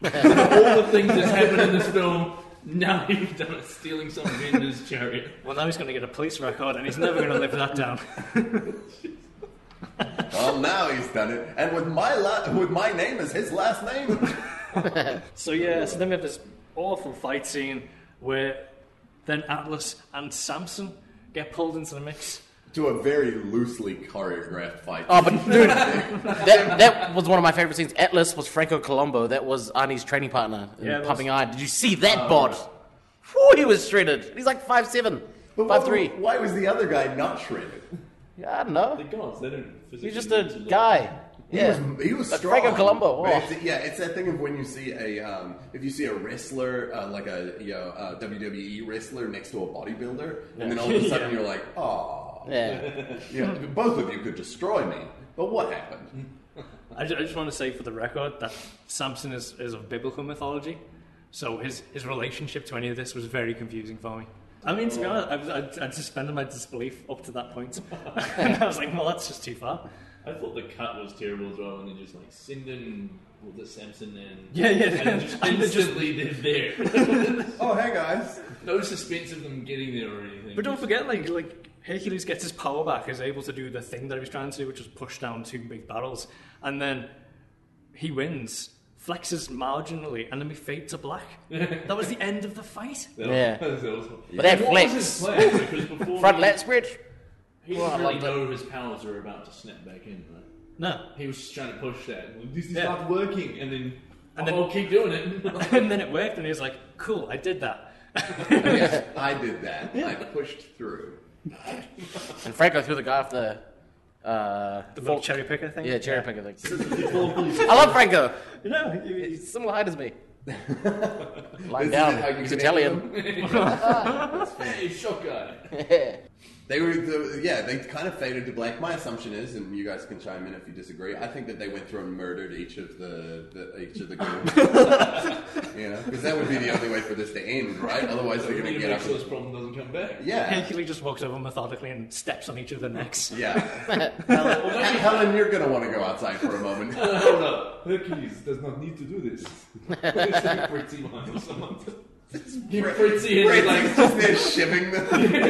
S8: All the things that's happened in this film, now he's done it, stealing some vendor's chariot.
S6: Well, now he's going to get a police record, and he's never going to live that down.
S5: well, now he's done it, and with my la- with my name as his last name.
S6: So yeah, so then we have this awful fight scene where then Atlas and Samson get pulled into the mix.
S5: to a very loosely choreographed fight.
S7: Oh, but dude, that, that was one of my favorite scenes. Atlas was Franco Colombo. That was Arnie's training partner in
S6: Yeah, it
S7: Pumping
S6: was.
S7: Iron. Did you see that bod? Whew, he was shredded. He's like five seven,
S5: But
S7: five
S5: why-
S7: three.
S5: Why was the other guy not shredded?
S7: Yeah, I don't know.
S8: The gods, they don't physically.
S7: He's just
S8: need to
S7: a
S8: look.
S7: guy. Yeah.
S5: He was, he was
S7: Like
S5: strong.
S7: Franco Colombo,
S5: But
S7: oh.
S5: it's- yeah, it's that thing of when you see a um, if you see a wrestler uh, like a you know, uh, WWE wrestler next to a bodybuilder, and then all of a sudden you're like, oh,
S7: Yeah.
S5: you know, both of you could destroy me. But what happened?
S6: I ju- I just, want to say for the record that Samson is, is of biblical mythology, so his, his relationship to any of this was very confusing for me. I mean, to be honest, I, was, I, I suspended my disbelief up to that point. and I was like, well, that's just too far.
S8: I thought the cut was terrible as well, and they just like send in was it Samson and
S6: Yeah, yeah.
S8: and just
S6: And they just-
S8: instantly they're there.
S5: Oh, hey guys.
S8: no suspense of them getting there or anything.
S6: But don't forget, like, like Hercules gets his power back, is able to do the thing that he was trying to do, which was push down two big barrels, and then he wins, flexes marginally, and then we fade to black. that was the end of the fight.
S8: That
S7: Yeah.
S8: was- that was-
S7: But that
S8: What was his
S7: flex.
S8: plan? Because before
S7: Front
S8: he-
S7: lat spread.
S8: He
S7: Well, I
S8: didn't really
S7: love
S8: know his powers were about to snap back in, right?
S6: No,
S8: He was just trying to push that. Well, This is
S6: Yeah.
S8: not working, and then
S6: And
S8: and
S6: then-
S8: then oh, keep doing it.
S6: and then it worked, and he was like, "Cool, I did that."
S5: Yes, I did that. I pushed through.
S7: And Franco threw the guy off the. Uh,
S6: The little cherry picker thing.
S7: yeah, cherry picker thing. I love Franco.
S6: You know, he- he-
S7: He's similar height as me.
S5: This
S7: Lying
S5: is
S7: down.
S5: how you
S7: He's
S5: connect
S7: Italian.
S5: them?
S8: hey, shot guy.
S5: They were, the, yeah, they kind of faded to black. My assumption is, and you guys can chime in if you disagree. I think that they went through and murdered each of the, the each of the groups. you know, because that would be the only way for this to end, right? Otherwise, they're
S8: We
S5: going
S8: need
S5: to get
S8: to make
S5: up.
S8: sure this
S5: and-
S8: problem doesn't come back.
S5: Yeah,
S6: Hercules just walks over methodically and steps on each of the necks.
S5: yeah. Helen, Helen, you're going to want to go outside for a moment.
S8: Hold up, Hercules does not need to do this. It's like Fritzy one or someone. He Fritzy and
S5: Brad's
S8: like
S5: just there shivving them.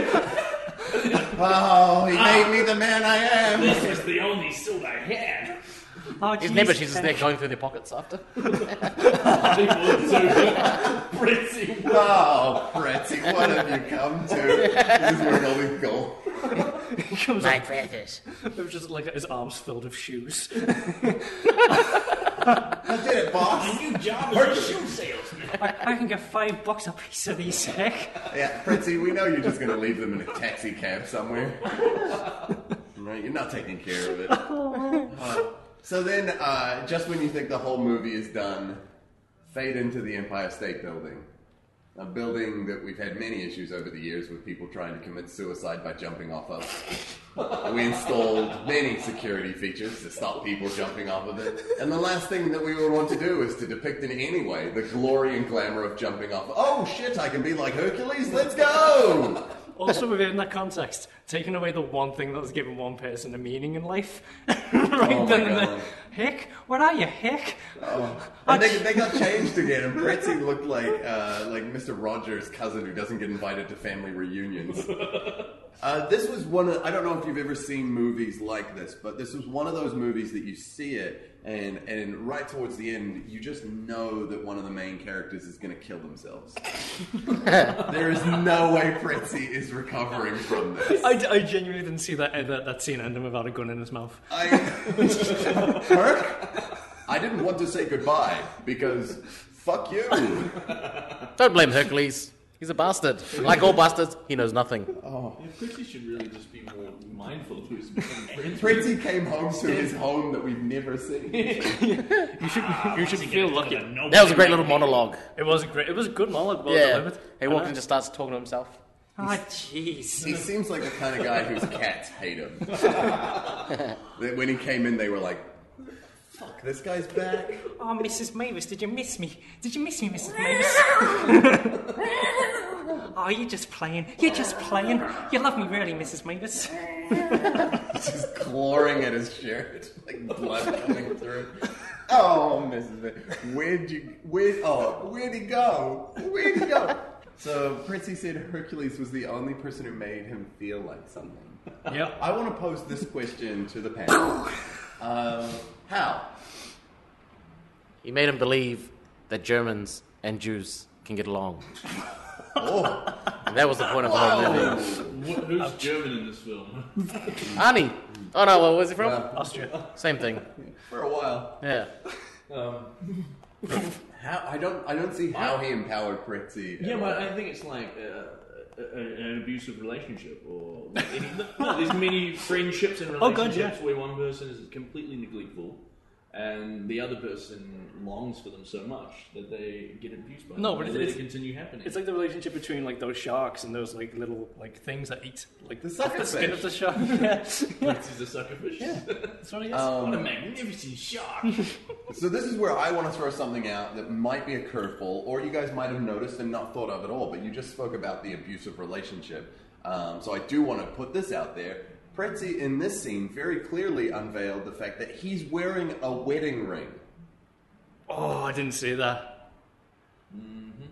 S5: Oh, he made me the man I am.
S8: This was the only suit I had.
S6: Oh,
S7: He's never. She's just there going through their pockets after.
S8: Fritzy.
S5: Oh, Pretty, what have you come to? This is where it always go.
S7: My precious.
S6: It was just like his arms filled with shoes.
S5: I did it, boss.
S8: New job as a shoe salesman.
S6: I, I can get five bucks a piece of these, heck.
S5: Yeah, Pretty, we know you're just going to leave them in a taxi cab somewhere. Right, you're not taking care of it. Uh, so then, uh, just when you think the whole movie is done, fade into the Empire State Building. A building that we've had many issues over the years with people trying to commit suicide by jumping off of. we installed many security features to stop people jumping off of it. And the last thing that we would want to do is to depict in any way the glory and glamour of jumping off. Oh shit, I can be like Hercules, let's go!
S6: Also, within that context, taking away the one thing that was given one person a meaning in life.
S7: Oh,
S6: right
S5: my
S6: then, and there.
S5: God.
S6: heck, where are you, heck?
S7: Oh.
S5: And they, they got changed again, and Bretzi looked like uh, like Mr. Rogers' cousin who doesn't get invited to family reunions. Uh, this was one. Of, I don't know if you've ever seen movies like this, but this was one of those movies that you see it, and and right towards the end, you just know that one of the main characters is going to kill themselves. there is no way Bretzi is recovering from this.
S6: I, I genuinely didn't see that, that that scene ending without a gun in his mouth.
S5: I, Kirk, I didn't want to say goodbye because fuck you.
S7: Don't blame Hercules. He's a bastard. Like all bastards, he knows nothing.
S8: Fritzy should really just be more mindful of who's making
S5: Princey came home to his home that we've never seen.
S6: You should,
S7: Ah,
S6: you should feel lucky.
S7: That was a great little monologue.
S6: It was a great, it was a good monologue, well
S7: yeah.
S6: delivered.
S7: He walks in and just starts talking to himself.
S6: Ah, jeez.
S5: He seems like the kind of guy whose cats hate him. That when he came in, they were like, "Fuck, this guy's back."
S6: Oh, Mrs. Mavis, did you miss me? Did you miss me, Mrs. Mavis? oh, you're just playing. You're just playing. You love me, really, Mrs. Mavis.
S5: Just clawing at his shirt, like blood coming through. Oh, Mrs. Van- Where'd you? Where? Oh, where'd he go? Where'd he go? So Princey said Hercules was the only person who made him feel like something.
S6: Yep.
S5: I want to pose this question to the panel. Uh, how?
S7: He made him believe that Germans and Jews can get along.
S5: Oh.
S7: And that was the point of the whole movie.
S8: Wh- Who's German in this film?
S7: Arnie. Oh no, well, where's he from?
S6: Austria.
S7: Same thing.
S5: for a while.
S7: Yeah.
S5: How I don't I don't see how he empowered Fritzy.
S8: Yeah, but I think it's like uh, a- a- an abusive relationship, or like any, no, there's many friendships and
S6: Oh, God,
S8: relationships
S6: yeah.
S8: where one person is completely neglectful, and the other person longs for them so much that they get abused by them.
S6: No, but
S8: and
S6: it's-
S8: let
S6: it's-
S8: it continue happening.
S6: It's like the relationship between like those sharks and those like little like things that eat like
S5: The
S6: off the
S5: suckerfish.
S6: skin of the shark. yeah.
S8: Fritz is a sucker fish.
S6: That's what it is.
S8: what a magnificent shark!
S5: So this is where I want to throw something out that might be a curveball, or you guys might have noticed and not thought of at all. But you just spoke about the abusive relationship, um, so I do want to put this out there. Pretzi in this scene very clearly unveiled the fact that he's wearing a wedding ring.
S6: oh, I didn't see that. Mm-hmm.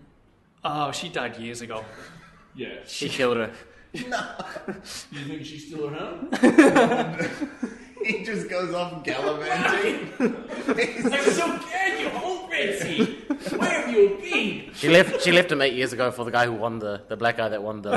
S6: Oh, she died years ago.
S8: yeah,
S7: She killed her.
S8: you think she's still around?
S5: He just goes off gallivanting. He's-
S8: I'm so glad you're home, Fritzy. Where have you been?
S7: She left. She left him eight years ago for the guy who won the the black guy that won the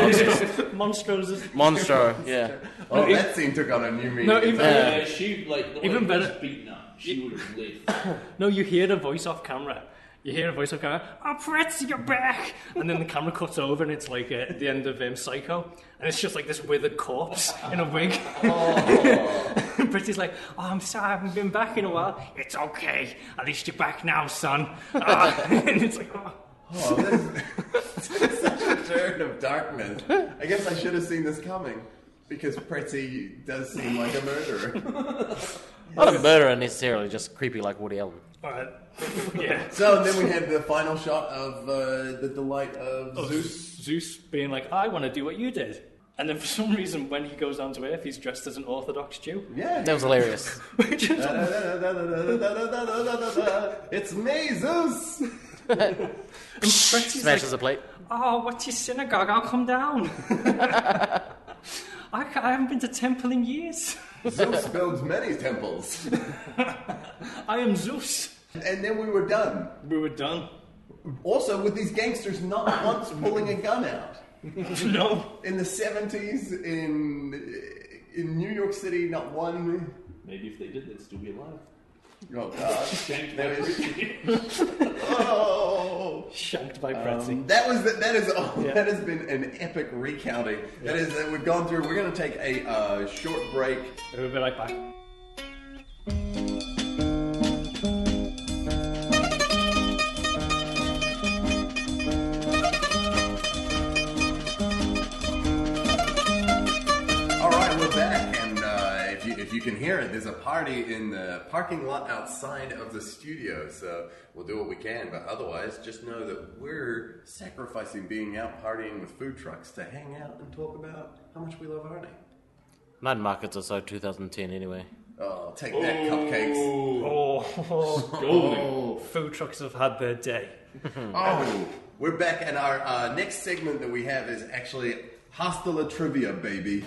S7: contest.
S6: Monstros. is-
S7: Monstro. Yeah.
S5: oh, that scene took on a new meaning. Uh,
S6: No, even-
S8: Yeah, she like the
S6: Even
S8: even
S6: better-
S8: better. Beaten up. She would have left.
S6: No, you hear the voice off camera. You hear a voice off camera. Oh, Fritz, you're back! And then the camera cuts over, and it's like uh, the end of um, Psycho, and it's just like this withered corpse in a wig. And Fritzy's like, "Oh, I'm sorry, I haven't been back in a while. It's okay. At least you're back now, son." Ah, and it's like, oh.
S5: Oh, this is such a turn of darkness. I guess I should have seen this coming because Pretzi does seem like a murderer.
S7: Not a murderer necessarily, just creepy like Woody Allen.
S6: All right. yeah.
S5: So then we had the final shot of uh, the delight of Zeus.
S6: Zeus being like, "I want to do what you did," and then for some reason, when he goes down to Earth, he's dressed as an Orthodox Jew,
S5: Yeah.
S7: That was hilarious.
S6: which is
S5: It's me, Zeus.
S6: Fritzy's like,
S7: Smashes a plate.
S6: "Oh, what's your synagogue? I'll come down." I, ca- I haven't been to temple in years.
S5: Zeus builds many temples.
S6: I am Zeus.
S5: And then we were done.
S6: We were done.
S5: Also, with these gangsters not once pulling a gun out.
S6: no.
S5: In the 70s, in, in New York City, not one.
S8: Maybe if they did, they'd still be alive.
S5: Oh, God.
S8: Shanked
S5: That
S8: by
S5: is-
S8: Fritzy.
S5: Oh.
S6: Shanked by Pretzi.
S5: Um, that was the, that is oh,
S6: Yeah.
S5: that has been an epic recounting. That is that we've gone through. We're going to take a uh, short break.
S6: we'll be right back.
S5: All right, we're back, and uh, if you if you can hear it, there's a party in the parking lot outside of the studio. So we'll do what we can, but otherwise, just know that we're sacrificing being out partying with food trucks to hang out and talk about how much we love Arnie.
S7: Night markets are so 2010 anyway.
S5: Oh, take that, cupcakes!
S6: Oh,
S8: Golden.
S6: food trucks have had their day.
S5: Oh, we're back, and our uh, next segment that we have is actually Hostela Trivia, baby.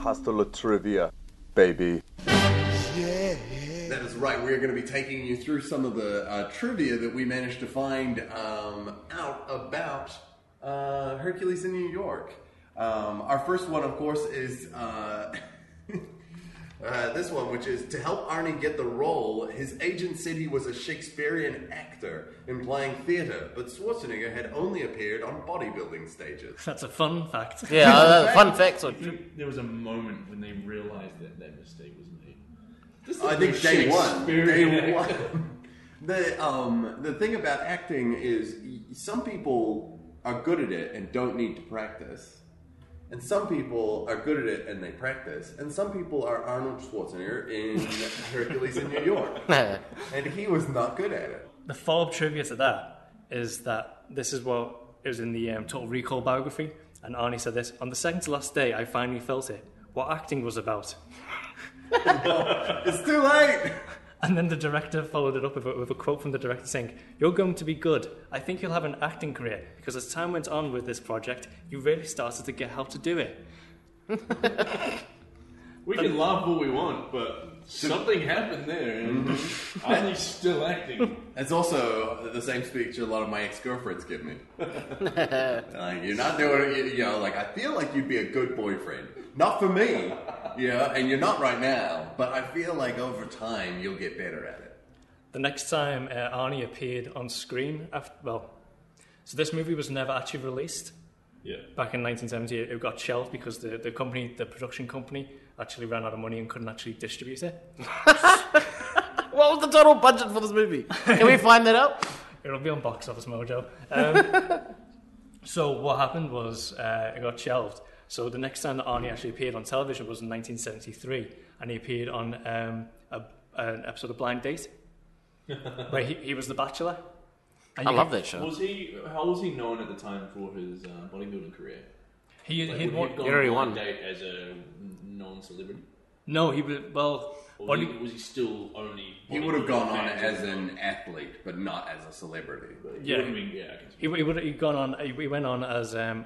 S9: Hostile trivia, baby.
S5: That is right. We are going to be taking you through some of the uh, trivia that we managed to find um, out about uh, Hercules in New York. Um, our first one, of course, is uh, uh, this one, which is to help Arnie get the role, his agent said he was a Shakespearean actor implying theater, but Schwarzenegger had only appeared on bodybuilding stages.
S6: That's a fun fact.
S7: Yeah, uh, fun facts. Or,
S8: There was a moment when they realized that that mistake was made.
S5: I think day one. Day
S8: Shakespearean
S5: one. the um the thing about acting is y- some people are good at it and don't need to practice. And some people are good at it and they practice. And some people are Arnold Schwarzenegger in Hercules in New York. And he was not good at it.
S6: The follow-up trivia to that is that this is what it was in the um, Total Recall biography, and Arnie said this on the second to last day. I finally felt it. What acting was about.
S5: It's too late!
S6: And then the director followed it up with a, with a quote from the director saying, You're going to be good. I think you'll have an acting career because as time went on with this project, you really started to get how to do it.
S8: We can laugh all we want, but something happened there, and
S5: Mm-hmm.
S8: Arnie's still acting.
S5: It's also the same speech a lot of my ex-girlfriends give me. like, you're not doing it, you know, like, I feel like you'd be a good boyfriend. Not for me, you know, and you're not right now, but I feel like over time you'll get better at it.
S6: The next time uh, Arnie appeared on screen, after, well, so this movie was never actually released.
S8: Yeah.
S6: Back in 1970, it- it got shelved because the, the company, the production company, actually ran out of money and couldn't actually distribute it.
S7: what was the total budget for this movie? Can we find that out?
S6: It'll be on Box Office Mojo. Um, so what happened was uh, it got shelved. So the next time that Arnie actually appeared on television was in 1973, and he appeared on um, a, an episode of Blind Date, where he, he was the bachelor. And
S7: I
S6: you
S7: love
S6: can-
S7: that show.
S8: Was he? How was he known at the time for his uh, bodybuilding career?
S6: He,
S8: Like,
S6: he
S8: would he
S6: won,
S8: have gone
S7: he already
S8: on
S7: won.
S8: a date as a non-celebrity?
S6: no, he was well.
S8: Or
S6: body-
S8: was he- was he still only?
S5: He would have gone on
S8: bodybuilding
S5: as
S8: fans?
S5: an athlete, but not as a celebrity.
S8: He would've
S6: Yeah.
S8: been- yeah, I guess.
S6: He, he would he gone on. He, he went on as um,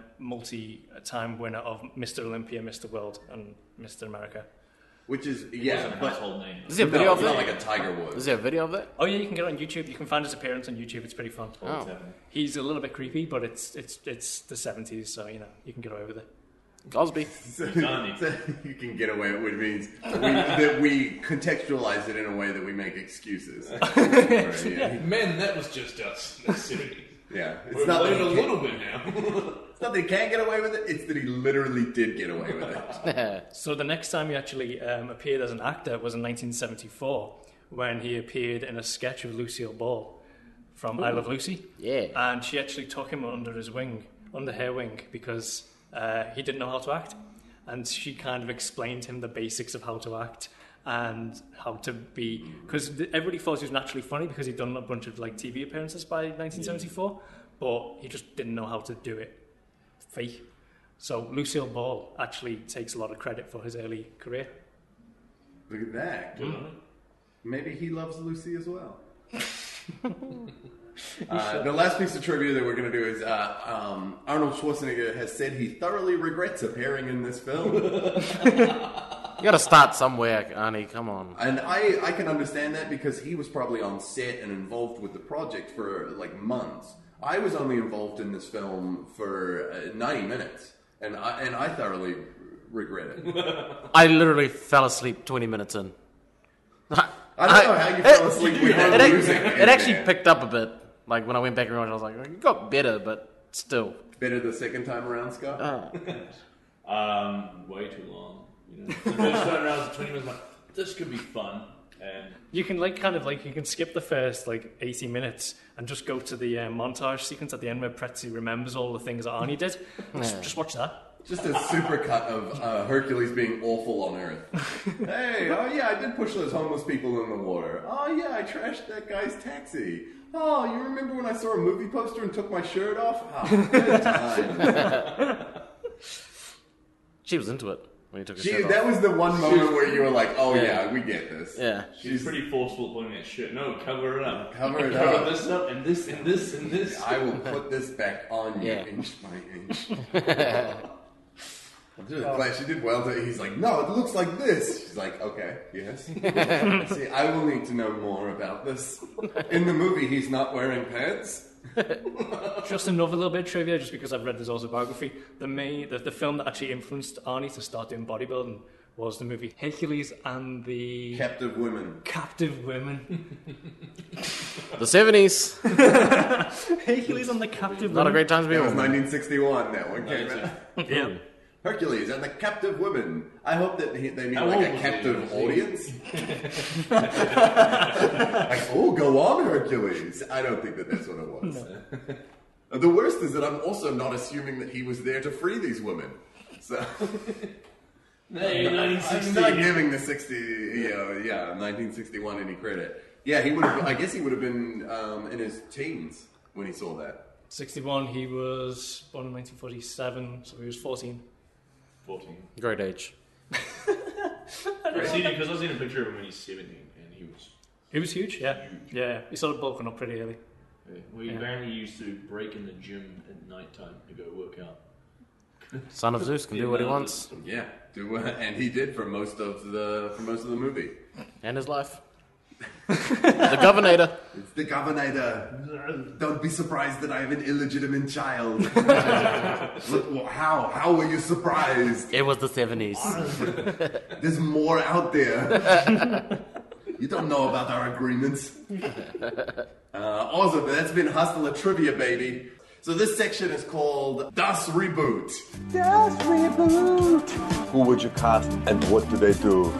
S6: multi-time winner of Mr. Olympia, Mr. World, and Mr. America.
S5: Which is,
S8: Wasn't
S5: yeah,
S8: a
S5: but
S8: household name.
S7: Is there a
S5: no,
S7: video of
S5: it's not like
S7: that?
S5: a Tiger Woods.
S7: Is there a video of that?
S6: Oh yeah, you can get it on YouTube. You can find his appearance on YouTube. It's pretty fun.
S7: Oh.
S6: He's a little bit creepy, but it's it's it's the seventies, so you know you can get away with it.
S7: Cosby.
S5: So,
S8: Johnny.
S5: so you can get away, which means we, that we contextualize it in a way that we make excuses. Right, yeah.
S8: Man, that was just us. That's silly.
S5: yeah, it's
S8: We've
S5: not
S8: learned
S5: that
S8: a
S5: he can't-
S8: little bit now.
S5: It's not that he can't get away with it, it's that he literally did get away with it.
S6: So the next time he actually um, appeared as an actor was in 1974 when he appeared in a sketch of Lucille Ball from I Love Lucy.
S7: Yeah.
S6: and she actually took him under his wing, under her wing, because uh, he didn't know how to act, and she kind of explained him the basics of how to act and how to be because everybody thought he was naturally funny because he'd done a bunch of like TV appearances by 1974, but he just didn't know how to do it fake. So Lucille Ball actually takes a lot of credit for his early career.
S5: Look at that. Maybe he loves Lucy as well. Uh, the last piece of trivia that we're going to do is uh, um, Arnold Schwarzenegger has said he thoroughly regrets appearing in this film.
S7: You gotta start somewhere, Arnie. Come on.
S5: and I, I can understand that because he was probably on set and involved with the project for like months. I was only involved in this film for uh, 90 minutes, and I, and I thoroughly regret it.
S7: I literally fell asleep 20 minutes in. I
S5: I don't know how you fell asleep with no
S7: It, ac-
S5: music.
S7: it
S5: in
S7: actually
S5: there.
S7: picked up a bit. Like when I went back and watched, I was like, it got better, but still.
S5: Better the second time around, Scott?
S8: Um, way too long. You know, the first time around was twenty minutes. I'm Like, this could be fun. And
S6: You can like kind of like you can skip the first like 80 minutes and just go to the uh, montage sequence at the end where Pretzi remembers all the things that Arnie did. Just, just watch that.
S5: Just a supercut of uh, Hercules being awful on Earth. hey, oh yeah, I did push those homeless people in the water. Oh yeah, I trashed that guy's taxi. Oh, you remember when I saw a movie poster and took my shirt off? Ah, good time.
S7: She was into it when you took a
S5: Gee,
S7: shit off.
S5: that was the one moment where you were like, oh yeah, we get this.
S7: yeah.
S8: she's pretty forceful at pulling that shit. No, cover it up.
S5: Cover it
S8: cover
S5: up.
S8: this up and this and this and this.
S5: I will put this back on you,
S7: Yeah.
S5: inch by inch. I'm doing it. Like, she did well. To, he's like, no, it looks like this. She's like, okay, yes. See, I will need to know more about this. In the movie, he's not wearing pants.
S6: Just another little bit of trivia, just because I've read this autobiography. The main the, the film that actually influenced Arnie to start doing bodybuilding was the movie Hercules and the
S5: Captive women.
S6: Captive Women.
S7: The 70s.
S6: Hercules and the Captive
S7: Not a
S6: Women.
S7: great time to be
S5: That was
S7: old.
S5: 1961. That one came out.
S6: Yeah.
S5: Hercules and the captive women. I hope that he- they mean
S8: How
S5: like
S8: old
S5: a
S8: was
S5: captive
S8: he?
S5: audience. like, oh, go on, Hercules. I don't think that that's what it was. The worst is that I'm also not assuming that he was there to free these women. So
S8: Hey,
S5: I'm
S8: 1960.
S5: not giving the 60, you know, yeah, 1961 any credit. Yeah, he would have. I guess he would have been um, in his teens when he saw that.
S6: 61, he was born in 1947, so he was 14.
S8: 14.
S7: Great age.
S8: I seen it because I was in a picture of him when he's 17 and he was.
S6: He was huge, yeah. Yeah, yeah. he started bulking up pretty early.
S8: We apparently used to break in the gym at night time to go work out.
S7: Son of Zeus can do what he wants.
S5: Yeah, do, and he did for most of the for most of the movie.
S7: And his life. the Governator.
S5: It's the governor. Don't be surprised that I have an illegitimate child. Look, well, how? How were you surprised?
S7: It was the 70s.
S5: There's more out there. you don't know about our agreements. Uh, awesome, that's been Hustler Trivia, baby. So this section is called Das Reboot.
S11: Who would you cast and what do they do?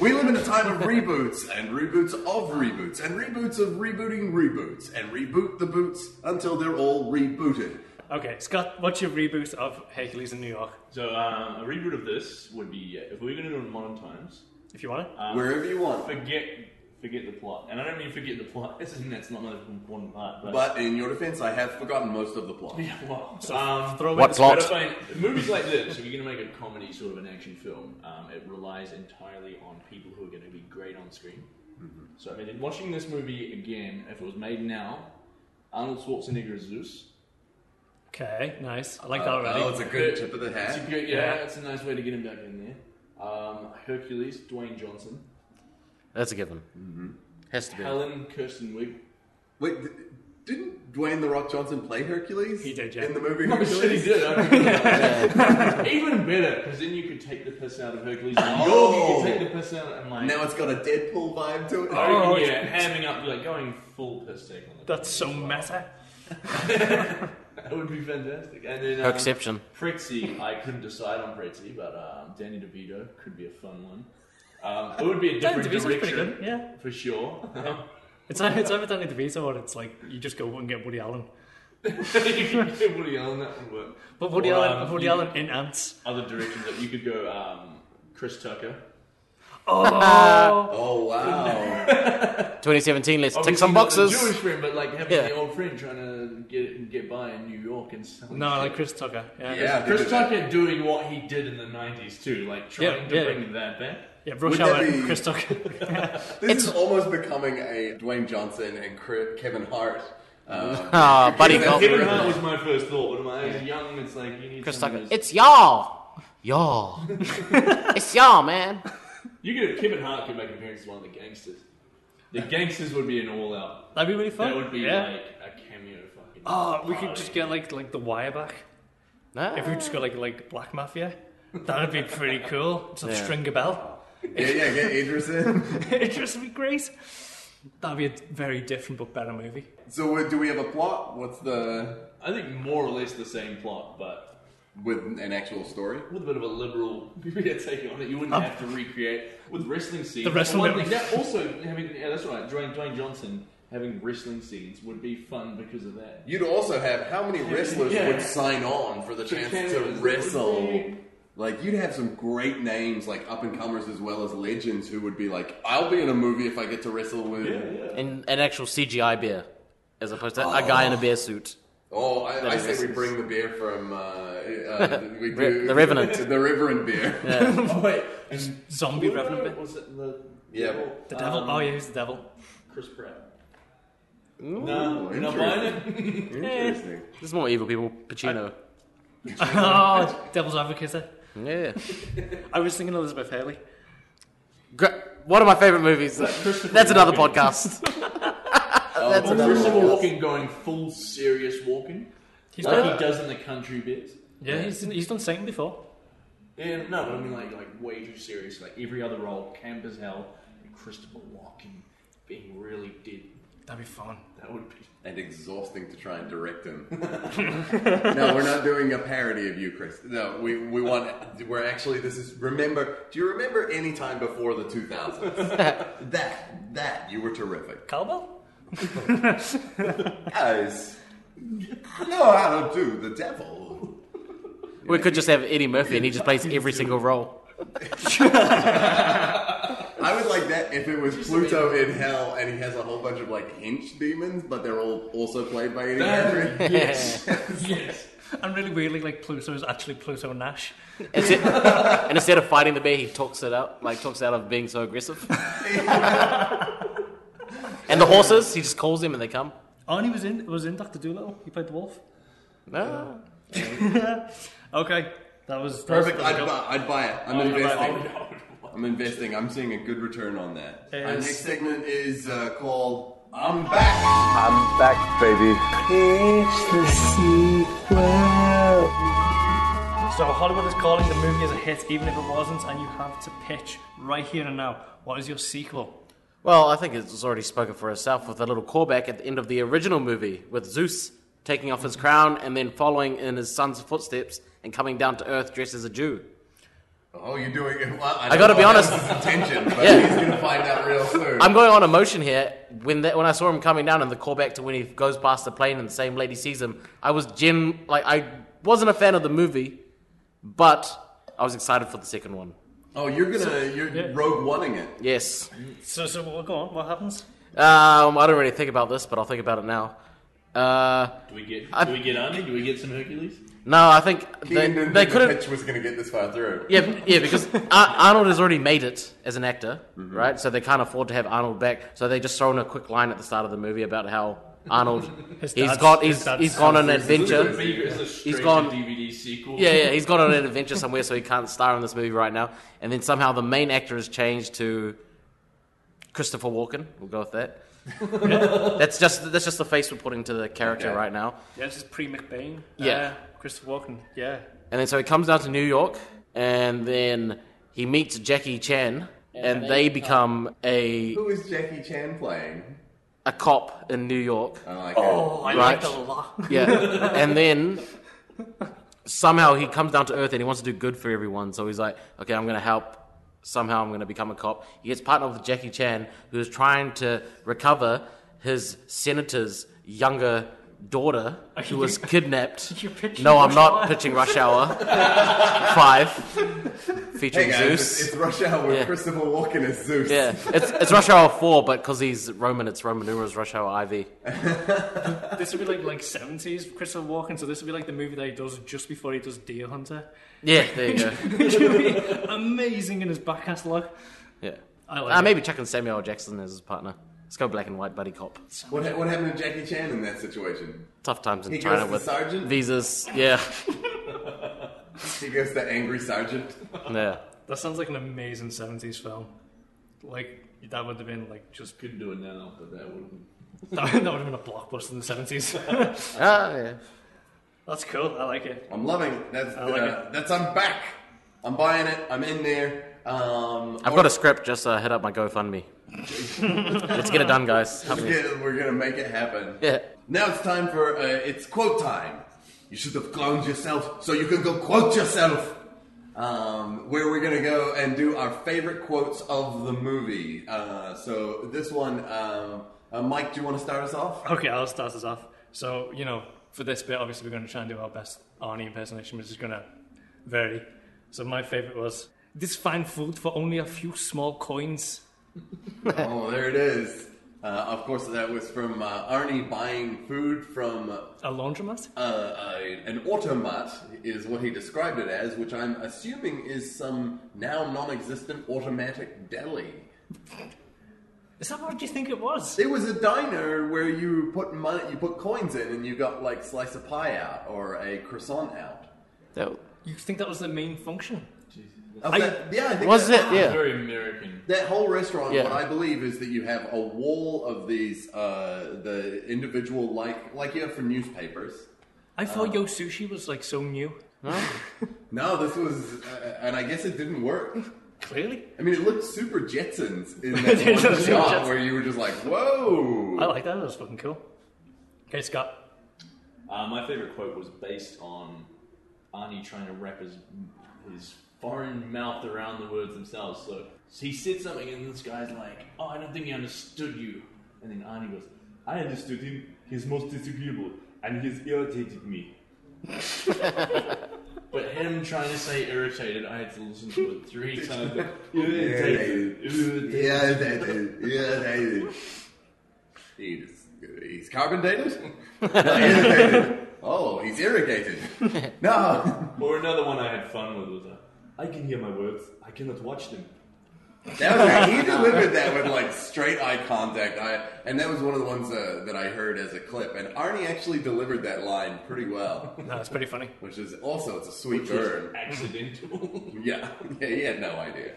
S5: We live in a time of reboots and reboots of reboots and reboots of rebooting reboots and reboot the boots until they're all rebooted.
S6: Okay, Scott, what's your reboot of Hercules in New York?
S8: So um, a reboot of this would be uh, if we were going to do it in modern times.
S6: If you want it.
S8: Um,
S5: Wherever you want,
S8: Forget, forget the plot, and I don't mean forget the plot. This isn't that's not the most important part. But,
S5: but in your defense, I have forgotten most of the plot.
S8: yeah, well, um,
S6: Throw
S7: What
S6: in
S8: but
S7: plot?
S8: if I, movies like this, if you're going to make a comedy sort of an action film, um, it relies entirely on people who are going to be great on screen. So I mean, in watching this movie again, if it was made now, Arnold Schwarzenegger as Zeus.
S6: Okay, nice. I like that already.
S5: Oh, it's a good tip of the
S8: It's a
S5: hat.
S8: good, yeah, it's a nice way to get him back in there. Um, Hercules, Dwayne Johnson,
S7: That's a given.
S5: Mm-hmm.
S7: Has to be.
S8: Helen Kirsten Wig.
S5: Wait, th- didn't Dwayne the Rock Johnson play Hercules?
S6: He did, yeah.
S5: In the movie
S8: Oh
S5: Hercules.
S8: shit, he did. I forgot. Even better, because then you could take the piss out of Hercules. And
S5: Oh.
S8: You could take the piss out and like.
S5: Now it's got a Deadpool vibe to it.
S8: Oh, yeah, hamming up, like going full piss take on the
S6: That's so meta.
S8: That would be fantastic. And then.
S7: Her
S8: Um,
S7: exception.
S8: Pretzi, I couldn't decide on Pretzi, but um, Danny DeVito could be a fun one. Um, it would be a
S6: Danny
S8: different
S6: DeVito's pretty
S8: direction.
S6: good, yeah.
S8: For sure.
S6: It's, either- it's either Danny DeVito or it's like you just go and get Woody Allen.
S8: you could do Woody Allen, that would work.
S6: But Woody
S8: Or,
S6: Allen,
S8: um,
S6: Woody
S8: you-
S6: Allen in Ants.
S8: Other directions that you could go, um, Chris Tucker.
S5: Oh wow. Oh,
S7: 2017, Uh, let's tick
S8: Obviously
S7: some
S8: not the
S7: boxes.
S8: Jewish friend, but like having
S7: Yeah.
S8: the old friend trying to get get by in New York and selling.
S6: No,
S8: shit.
S6: like Chris Tucker. Yeah.
S5: Yeah, they
S8: Chris
S5: did that.
S8: Tucker doing what he did in the '90s too, like trying
S6: Yeah,
S8: to
S6: yeah.
S8: bring that back.
S6: Yeah, Rush
S5: Would that
S6: Hour,
S5: be-
S6: Chris Tucker.
S5: This is almost becoming a Dwayne Johnson and Cri- Kevin Hart uh,
S7: Ah, Buddy
S8: Kevin
S7: Goldberg.
S8: Hart was my first thought, but when I was young, it's like you need
S7: Chris
S8: someone
S7: Tucker.
S8: who's-
S7: It's y'all. Y'all. it's y'all, man.
S8: You could Kevin Hart could make appearance as one of the gangsters. The gangsters would be an all out.
S6: That'd be really fun.
S8: That would be
S6: Oh, yeah.
S8: like a cameo fucking.
S6: Oh, we could
S8: party.
S6: just get like like the wire back.
S7: No.
S6: If we just got like like Black Mafia, that'd be pretty cool. Just string a bell.
S5: Yeah, yeah, get Idris in.
S6: It'd just be great. That'd be a very different but better movie.
S5: So, what, do we have a plot? What's the
S8: I think more or less the same plot, but
S5: with an actual story?
S8: with a bit of a liberal yeah, take on it. You wouldn't have to recreate with wrestling scenes.
S6: The wrestling
S8: One
S6: bit-
S8: thing, that also having yeah, that's right. Dwayne, Dwayne Johnson having wrestling scenes would be fun because of that.
S5: You'd also have how many wrestlers
S8: Yeah.
S5: would sign on for the
S8: To
S5: chance
S8: cameos,
S5: to
S8: that would
S5: wrestle?
S8: be-
S5: Like you'd have some great names, like up and comers as well as legends, who would be like, "I'll be in a movie if I get to wrestle with."
S7: And an actual CGI bear, as opposed to a guy in a bear suit.
S5: Oh, I, I say we
S7: wrestles.
S5: bring the beer from uh, uh, we
S7: Re-
S5: do,
S7: the Revenant.
S5: the Reverend beer.
S8: Wait, and
S6: Zombie Revenant bit.
S8: was it the
S5: Yeah.
S6: The devil.
S8: Um,
S6: oh yeah, who's the devil?
S8: Chris Pratt. No, you're not buying it.
S5: Interesting.
S7: There's more evil people. Pacino.
S6: oh, Devil's Advocate. is it?
S7: yeah.
S6: I was thinking Elizabeth Haley.
S7: Gra- one of my favorite movies. That's another podcast. That's
S6: Oh.
S7: another
S8: Christopher
S7: podcast.
S8: Walken going full serious walking,
S6: He's
S8: like
S6: done,
S8: he does in the country bits.
S6: yeah, he's, he's done Satan before.
S8: Yeah, no, but I mean like like way too serious. Like every other role, camp as hell, and Christopher Walken being really dead.
S6: That'd be fun.
S8: That would be.
S5: And exhausting to try and direct him. no, we're not doing a parody of you, Chris. No, we, we want, we're actually, this is, remember, do you remember any time before the 2000s? that, that, you were terrific.
S6: Cowbell?
S5: Guys, I know how to do the devil.
S7: We could just have Eddie Murphy and he just plays every single role.
S5: I would like that if it was Pluto in hell and he has a whole bunch of like hench demons, but they're all also played by Eddie Murphy.
S8: yes, yes.
S6: I'm really weirdly like Pluto is actually Pluto Nash.
S7: Instead- and instead of fighting the bear, he talks it out, like talks out of being so aggressive. and the horses, he just calls them and they come.
S6: Arnie Oh, was in was in Doctor Doolittle. He played the wolf.
S7: No.
S6: Okay, that was that was
S5: Perfect.
S6: pretty
S5: I'd
S6: good.
S5: buy, I'd buy it.
S7: Oh,
S5: I'm
S6: you're right.
S5: investing. I'm investing. I'm seeing a good return on that. Our
S6: Yes.
S5: next segment is uh, called "I'm Back."
S11: I'm back, baby.
S6: So Hollywood is calling the movie as a hit, even if it wasn't, and you have to pitch right here and now. What is your sequel?
S7: Well, I think it's already spoken for itself with a little callback at the end of the original movie with Zeus taking off his crown and then following in his son's footsteps and coming down to earth dressed as a Jew.
S5: Oh, you're doing it. Well, I,
S7: I gotta be honest.
S5: Attention, but
S7: Yeah.
S5: he's gonna find out real soon.
S7: I'm going on emotion here. When that, when I saw him coming down and the callback to when he goes past the plane and the same lady sees him, I was gen like I wasn't a fan of the movie, but I was excited for the second one.
S5: oh, you're gonna you're rogue oneing it.
S7: Yes.
S6: So so well, go on. What happens?
S7: Um, I don't really think about this, but I'll think about it now. Uh,
S8: Do we get?
S7: I-
S8: do we get Arnie? Do we get some Hercules?
S7: no, I think they,
S5: Keegan didn't
S7: they
S5: think the
S7: could have.
S5: pitch was gonna get this far through.
S7: Yeah, yeah, because Ar- Arnold has already made it as an actor,
S5: Mm-hmm.
S7: right? So they can't afford to have Arnold back. So they just throw in a quick line at the start of the movie about how Arnold
S6: His
S7: he's
S6: dad's-
S7: got
S6: his
S7: he's,
S6: dad's
S7: he's gone on an
S8: Is this a
S7: adventure.
S8: big- is this a straight
S7: gone-
S8: to DVD sequel.
S7: Yeah, yeah, he's gone on an adventure somewhere, so he can't star in this movie right now. And then somehow the main actor has changed to Christopher Walken. We'll go with that. that's just that's just the face we're putting to the character
S5: Okay.
S7: right now.
S6: Yeah, this is pre McBain.
S7: Yeah.
S6: uh, Christopher Walken. Yeah,
S7: And then so he comes down to New York, and then he meets Jackie Chan, and they become a
S5: Who is Jackie Chan playing?
S7: a cop in New York.
S5: I like
S6: Oh, I
S7: Right.
S6: liked that a lot.
S7: Yeah. and then somehow he comes down to earth and he wants to do good for everyone. So he's like, okay, I'm going to help. Somehow I'm going to become a cop. He gets partnered with Jackie Chan, who's trying to recover his senator's younger daughter who was kidnapped.
S6: you're pitching
S7: no, I'm
S6: Rush
S7: not
S6: Hour?
S7: pitching Rush Hour 5
S5: it.
S7: featuring
S5: Hey guys,
S7: Zeus.
S5: it's, it's Rush Hour with
S7: Yeah.
S5: Christopher Walken as Zeus.
S7: yeah, it's, it's Rush Hour 4, but because he's Roman, it's Roman numerals Rush Hour IV.
S6: This would be like like seventies Christopher Walken. So this would be like the movie that he does just before he does Deer Hunter.
S7: Yeah, there you go.
S6: Which would be amazing in his back catalogue.
S7: Yeah.
S6: I like.
S7: Uh,
S6: it.
S7: maybe chucking Samuel L. Jackson as his partner. Let's go black and white buddy cop.
S5: What, ha- what happened to Jackie Chan in that situation?
S7: Tough times in
S5: He
S7: China
S5: goes to
S7: with
S5: sergeant?
S7: visas. Yeah,
S5: He goes the angry sergeant.
S7: yeah.
S6: That sounds like an amazing 70s film. Like, that would have been like just
S8: Couldn't do it now, but that wouldn't.
S6: that, would have been a blockbuster in the 70s.
S7: Ah, yeah.
S6: That's cool. I like it.
S5: I'm loving it. That's
S6: I like
S5: uh, that's I'm back. I'm buying it. I'm in there. Um,
S7: I've got a script. Just uh, hit up my GoFundMe. Let's get it done, guys. Help
S5: we're,
S7: me.
S5: gonna, we're gonna make it happen.
S7: Yeah.
S5: Now it's time for uh, it's quote time. You should have cloned yourself so you can go quote yourself. Um, where we're gonna go and do our favorite quotes of the movie. Uh, so this one, um, uh, Mike, do you want to start us off?
S6: Okay, I'll start us off. So, you know, for this bit, obviously, we're going to try and do our best Arnie impersonation, which is going to vary. So, my favourite was this fine food for only a few small coins.
S5: oh, there it is. Uh, of course, that was from uh, Arnie buying food from
S6: A laundromat?
S5: uh, a, an automat is what he described it as, which I'm assuming is some now non-existent automatic deli.
S6: Is that what you think it was?
S5: It was a diner where you put money, you put coins in, and you got like slice of pie out or a croissant out.
S7: That-
S6: You think that was the main function?
S5: Of
S6: I-
S5: that- yeah, I think
S7: was it?
S5: that-
S7: Yeah.
S8: Very American.
S5: That whole restaurant,
S7: Yeah.
S5: what I believe is that you have a wall of these, uh, the individual like like you have for newspapers.
S6: I thought Yo Sushi was like so new.
S5: No, this was, uh, and I guess it didn't work.
S6: Clearly.
S5: I mean, it looked super Jetsons in that one
S6: Super
S5: shot
S6: Jetsons.
S5: where you were just like, "Whoa!"
S6: I like that. That was fucking cool. Okay, Scott.
S8: Uh, my favorite quote was based on Arnie trying to wrap his his foreign mouth around the words themselves. So he said something, and this guy's like, "Oh, I don't think he understood you." And then Arnie goes, "I understood him. He's most disagreeable, and he's irritated me." but him trying to say irritated, I had to listen to it three times. Like, irritated, irritated.
S5: Yeah, they did. Yeah, they did. He's, he's carbon dated? No, irrigated. Oh, he's irrigated. No.
S8: Or another one I had fun with was, uh, "I can hear my words. I cannot watch them."
S5: That was, he delivered that with like straight eye contact. I, and that was one of the ones uh, that I heard as a clip. And Arnie actually delivered that line pretty well,
S6: No, it's pretty funny.
S5: which is also, it's a sweet
S8: Just
S5: burn.
S8: accidental.
S5: Yeah. yeah, he had no idea.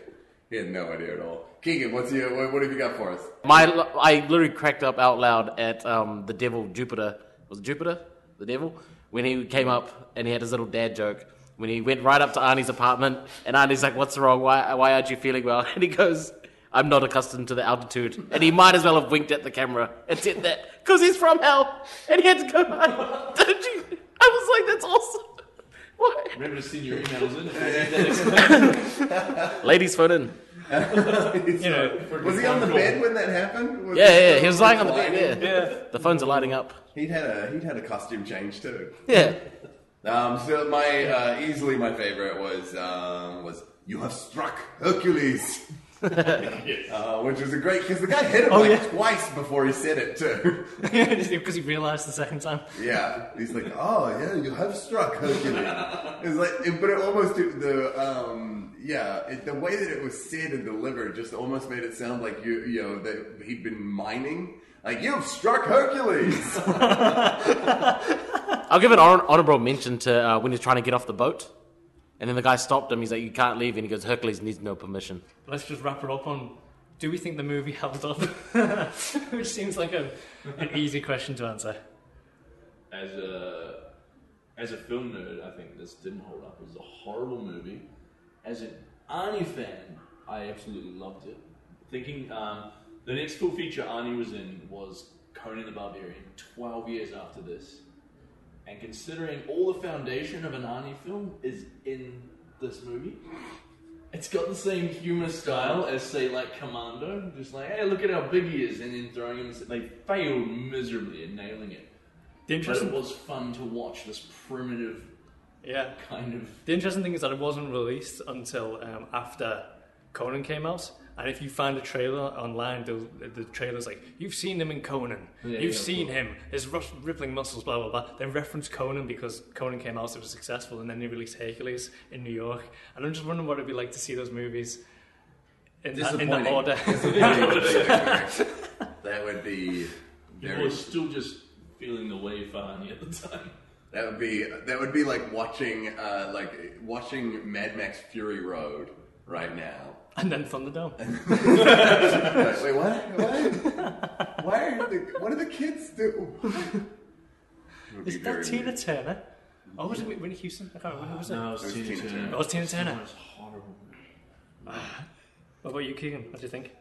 S5: He had no idea at all. Keegan, what's your, what, what have you got for us?
S7: My, I literally cracked up out loud at um, the devil Jupiter. Was it Jupiter? The devil? When he came up and he had his little dad joke. When he went right up to Arnie's apartment and Arnie's like, "What's wrong? Why, why aren't you feeling well?" And he goes, "I'm not accustomed to the altitude." And he might as well have winked at the camera and said that because he's from hell and he had to go. home. Did you? I was like, "That's awesome." What?
S8: Remember to send your emails in.
S7: Ladies, phone in.
S5: was he on the bed when that happened? Was
S7: Yeah, yeah, yeah.
S5: still
S7: He was lying on the bed.
S5: sliding?
S7: Yeah. The phones are lighting up.
S5: He'd had a he'd had a costume change too.
S7: Yeah.
S5: Um, so my uh, easily my favorite was um, was you have struck Hercules, uh, which was a great because the guy hit
S7: Oh,
S5: him like twice before he said it too.
S6: Because he realised the second time.
S5: yeah, he's like, oh yeah, you have struck Hercules. it's like, it- but it almost the um, yeah it, the way that it was said and delivered just almost made it sound like you you know that he'd been mining. Like you've struck Hercules.
S7: I'll give an honor- honorable mention to uh, when he's trying to get off the boat. And then the guy stopped him. He's like, You can't leave. And he goes, Hercules needs no permission.
S6: Let's just wrap it up on do we think the movie held up? Which seems like a, an easy question to answer.
S8: as a as a film nerd, I think this didn't hold up. It was a horrible movie. As an Arnie fan, I absolutely loved it. Thinking um, the next full feature Arnie was in was Conan the Barbarian, twelve years after this, and considering all the foundation of an Arnie film is in this movie. It's got the same humor style as, say, like Commando, just like, hey, look at how big he is, and then throwing him. They failed miserably at nailing it.
S6: The
S8: But it
S6: interesting,
S8: was fun to watch this primitive
S6: yeah.
S8: kind of.
S6: The interesting thing is that it wasn't released until um, after Conan came out. And if you find a trailer online, the, the trailer's like, you've seen him in Conan,
S8: Yeah,
S6: you've
S8: yeah,
S6: seen him, his rus- rippling muscles, blah, blah, blah. They reference Conan because Conan came out, so it was successful, and then they released Hercules in New York. And I'm just wondering what it'd be like to see those movies in, that, in that
S5: Disappointing.
S6: order.
S5: Disappointing. That would be
S8: I
S5: very.
S8: was still just feeling the wave Farhani at the time.
S5: That would be that would be like watching uh, like watching Mad Max Fury Road right now.
S6: And then Thunderdome.
S5: Like, wait, what? What? Why are the, what do the kids do? It would be
S6: Is
S5: very
S6: that Tina
S5: weird.
S6: Turner? Or was it Whitney Houston? I can't remember. Who was it?
S8: No, it was
S5: Tina
S8: Tina
S5: Turner.
S8: Turner.
S6: It was Tina Turner. Ah.
S8: was horrible.
S6: What about you, Keegan? What do you think?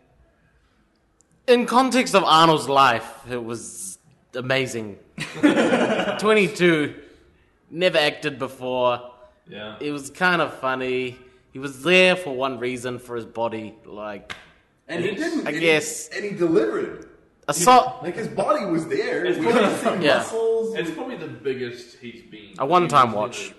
S7: In context of Arnold's life, it was amazing. 22, never acted before.
S8: Yeah.
S7: It was kind of funny. He was there for one reason for his body, like
S5: And he didn't.
S7: I
S5: and he-
S7: guess.
S5: and he delivered.
S7: assault.
S5: Like his body was there.
S8: It's
S5: We
S8: probably-
S5: could see
S7: Yeah.
S5: muscles.
S8: It's probably the biggest he's been.
S7: A one-time
S8: Even-
S7: watch.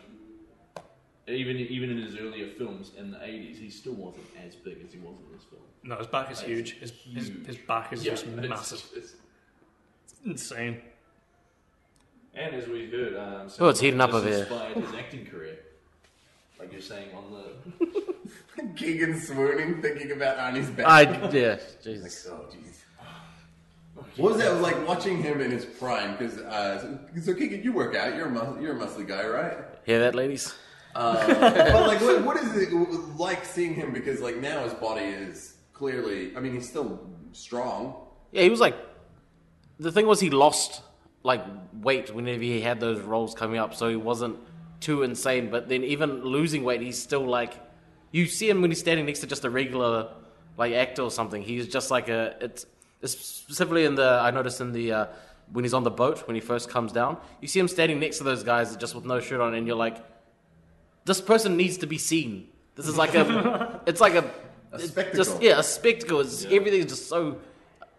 S8: Even even in his earlier films in the eighties, he still wasn't as big as he was in this film.
S6: No, his back is huge. His, his, his back is just
S8: it's-
S6: massive.
S8: it's-
S6: Insane.
S8: and as we heard, um,
S7: Oh, it's heating up
S8: this
S7: over here.
S8: Inspired his acting career, like you're saying on the.
S5: Keegan swooning, thinking about Arnie's back.
S7: I yeah, Jesus.
S5: Oh, jeez. What was that? It was like watching him in his prime. Because uh, so, so Keegan, you work out. You're a mus- you're a muscly guy, right?
S7: Hear that, ladies?
S5: but like, what, what is it like seeing him? Because like now his body is clearly. I mean, he's still strong.
S7: Yeah, he was like. The thing was, he lost like weight whenever he had those roles coming up, so he wasn't too insane. But then, even losing weight, he's still like. You see him when he's standing next to just a regular like actor or something. He's just like a. It's, it's specifically in the. I noticed in the. Uh, when he's on the boat, when he first comes down, you see him standing next to those guys just with no shirt on, and you're like, this person needs to be seen. This is like a, it's like a, a
S5: spectacle.
S7: Just, yeah, a spectacle. It's, Everything's just so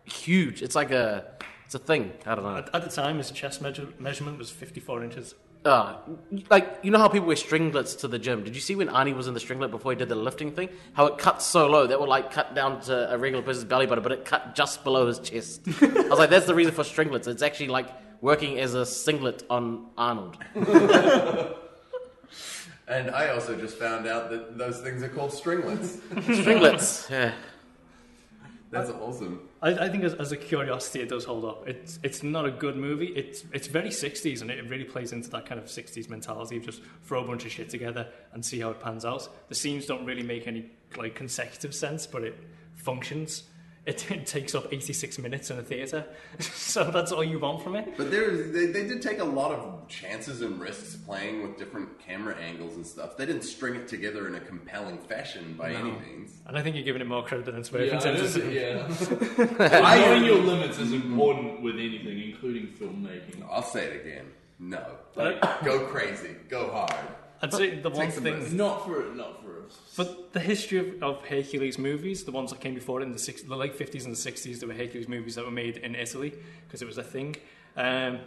S7: huge. It's like a, it's a thing. I don't know.
S6: At, at the time, his chest measure, measurement was 54 inches.
S7: Uh, like you know how people wear stringlets to the gym. Did you see when Arnie was in the stringlet before he did the lifting thing? How it cuts so low that would like cut down to a regular person's belly button, but it cut just below his chest. I was like, that's the reason for stringlets. It's actually like working as a singlet on Arnold.
S5: And I also just found out that those things are called stringlets.
S7: Stringlets. Yeah.
S5: That's awesome.
S6: I, I think as, as a curiosity, it does hold up. It's it's not a good movie. It's it's very 60s, and it really plays into that kind of 60s mentality of just throw a bunch of shit together and see how it pans out. The scenes don't really make any like consecutive sense, but it functions. It, it takes up 86 minutes in a theater, so that's all you want from it.
S5: But there's they, they did take a lot of chances and risks playing with different camera angles and stuff. They didn't string it together in a compelling fashion by any means.
S6: And I think you're giving it more credit than it's worth
S8: Yeah,
S6: in terms of
S8: it is- yeah. Knowing your limits is important with anything, including filmmaking.
S5: I'll say it again. No, like, go crazy, go hard.
S6: I'd say the one
S5: some
S6: thing
S5: risks.
S8: Not for not for us.
S6: But the history of, of Hercules movies, the ones that came before it in the, six, the late 50s and the 60s, there were Hercules movies that were made in Italy because it was a thing. Um,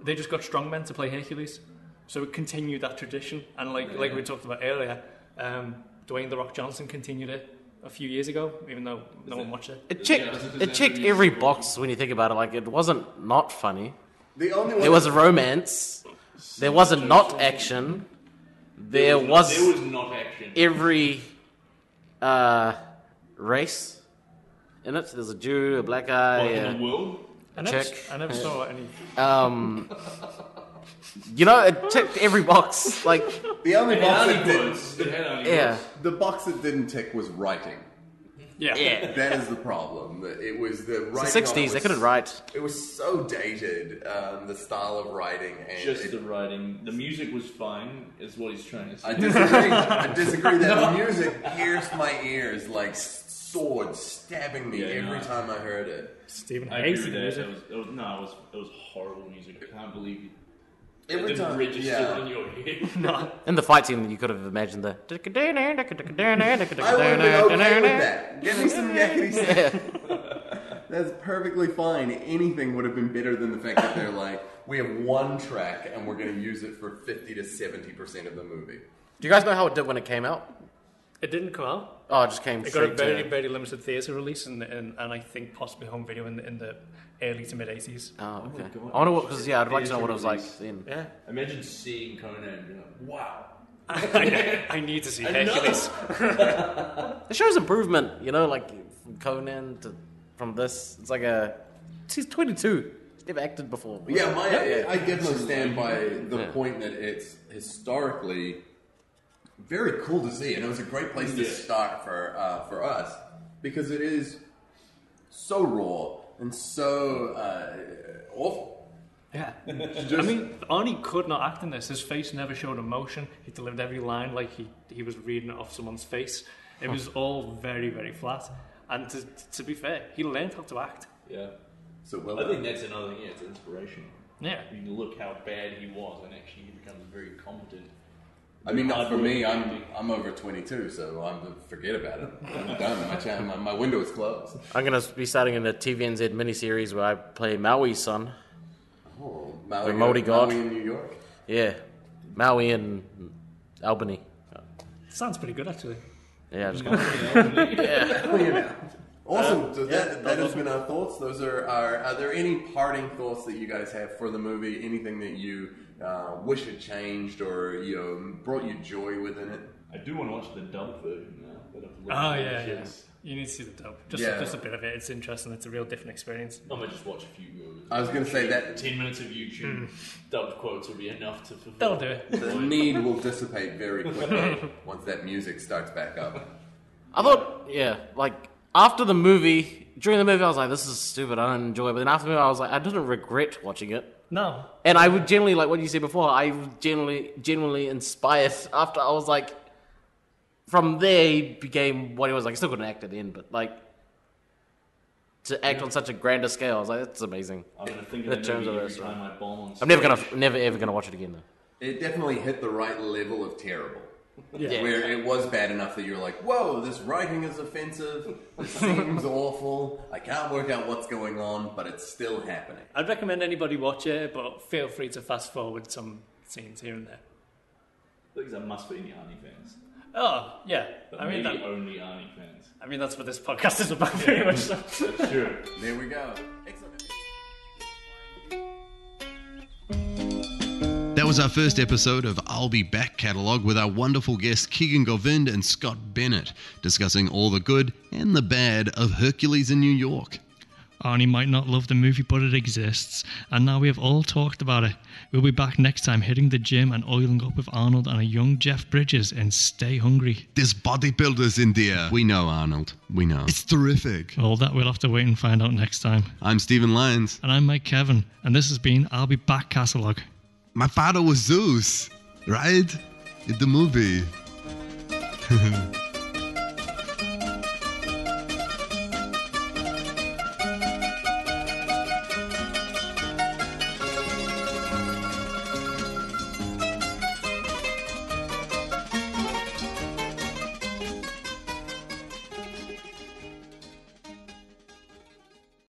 S6: they just got strongmen to play Hercules. So it continued that tradition. And like, like we talked about earlier, um, Dwayne The Rock Johnson continued it a few years ago, even though no one watched it.
S7: It checked. it checked every box when you think about it. Like it wasn't not funny.
S5: The only one
S7: There was romance. There wasn't not action. There
S8: there
S7: was
S8: was not action.
S7: every uh, race in it. There's a Jew, a black guy.
S8: in
S7: a-
S8: the world,
S6: I never,
S7: Check.
S6: I never saw any.
S7: um, you know, it checked every box. Like
S5: the only box that didn't
S8: It had only
S7: yeah,
S5: the box that didn't tick was writing.
S6: Yeah.
S7: yeah.
S5: That is the problem. It was the writing. on
S7: The
S5: it
S7: 60s. They
S5: was-
S7: couldn't write.
S5: It was so dated, um, the style of writing. And
S8: just
S5: it-
S8: the writing. The music was fine, is what he's trying to
S5: I
S8: say.
S5: disagree. I disagree that the music pierced my ears like swords stabbing me
S8: Yeah,
S5: every
S8: no.
S5: time I heard it.
S6: Stephen
S8: I agree
S6: hates the
S8: with that.
S6: music.
S8: It was, it was, no, it was it was horrible music. I can't believe it
S5: Every
S8: didn't
S5: time,
S8: register
S5: yeah.
S8: in your head.
S7: In the fight scene, you could have imagined the.
S5: I would have been okay with that. Give me some yakety sack. That's perfectly fine. Anything would have been better than the fact that they're like, we have one track and we're going to use it for 50 to 70% of the movie.
S7: Do you guys know how it did when it came out?
S6: It didn't come out.
S7: Oh, it just came
S6: It got a
S7: straight
S6: very,
S7: to.
S6: very limited theatre release and, and, and I think possibly home video in the, in the early to mid 80s.
S7: Oh, okay. I wonder what because yeah, I'd like to know what it was like
S8: Theatre
S7: then.
S6: Yeah.
S8: Imagine seeing Conan and being like, wow.
S6: I, I need to see Hercules.
S7: It shows improvement, you know, like from Conan to from this. It's like a she's 22. She's never acted before.
S5: Yeah, my, I, I definitely stand by the point that it's historically very cool to see, and it was a great place to
S8: Yeah.
S5: start for uh, for us because it is so raw and so uh, awful.
S6: Yeah. I
S5: Just-
S6: mean, Arnie could not act in this. His face never showed emotion. He delivered every line like he, he was reading it off someone's face. It was all very, very flat. And to, to be fair, he learned how to act.
S8: Yeah.
S5: So well,
S8: I think that's another thing. Yeah, it's inspirational.
S6: Yeah.
S8: You can look how bad he was, and actually he becomes very competent.
S5: I mean, not for me. I'm I'm over 22, so I'm forget about it. I'm done. My channel, my, my window is closed.
S7: I'm going to be starting in a TVNZ miniseries where I play Maui's son.
S5: Oh, Maui,
S7: The Maori god.
S5: Maui in New York.
S7: Yeah. Maui in Albany.
S6: Sounds pretty good, actually.
S7: Yeah, I'm just gonna,
S5: Awesome. So that, that has been our thoughts. Those are our. Are there any parting thoughts that you guys have for the movie? Anything that you uh, wish had changed or you know brought you joy within it?
S8: I do want to watch the dub version now, but I've looked
S6: Oh,
S8: at the
S6: yeah. yeah.
S8: shits.
S6: You need to see the dub. Just,
S5: Yeah.
S6: just a bit of it. It's interesting. It's a real different experience.
S8: I might just watch a few movies.
S5: I was going to say that
S8: Ten minutes of YouTube
S6: Hmm.
S8: dubbed quotes will be enough to fulfill.
S6: That'll do it.
S5: the need will dissipate very quickly once that music starts back up.
S7: I thought, yeah, like after the movie, during the movie, I was like, this is stupid. I don't enjoy it. But then after the movie, I was like, I didn't regret watching it.
S6: No.
S7: And I would generally, like what you said before, I was generally, genuinely inspired after I was like, from there, he became what he was like. Still couldn't act at the end, but like, to act on such a grander scale, I was like, that's amazing.
S8: I'm gonna think
S7: In
S8: of that
S7: terms
S8: movie
S7: of
S8: every
S7: this,
S8: time I bomb on.
S7: I'm never
S8: stage.
S7: gonna, never ever gonna watch it again though.
S5: It definitely hit the right level of terrible.
S7: Yeah.
S5: Where it was bad enough that you're like, whoa, this writing is offensive. This seems awful. I can't work out what's going on, but it's still happening.
S6: I'd recommend anybody watch it, but feel free to fast forward some scenes here and there.
S8: These are must for any Arnie fans.
S6: Oh, yeah.
S8: But
S6: I mean,
S8: maybe
S6: that,
S8: only Arnie fans.
S6: I mean, that's what this podcast is about, pretty much. so.
S8: Sure.
S5: There we go. Excellent.
S2: That was our first episode of I'll Be Back catalog with our wonderful guests Keegan Govind and Scott Bennett discussing all the good and the bad of Hercules in New York.
S1: Arnie might not love the movie, but it exists. And now we have all talked about it. We'll be back next time hitting the gym and oiling up with Arnold and a young Jeff Bridges and stay hungry.
S2: There's bodybuilders in there. We know, Arnold. We know. It's terrific.
S1: All that we'll have to wait and find out next time.
S2: I'm Stephen Lyons.
S1: And I'm Mike Kevin, and this has been I'll Be Back Catalog.
S2: My father was Zeus, right? In the movie.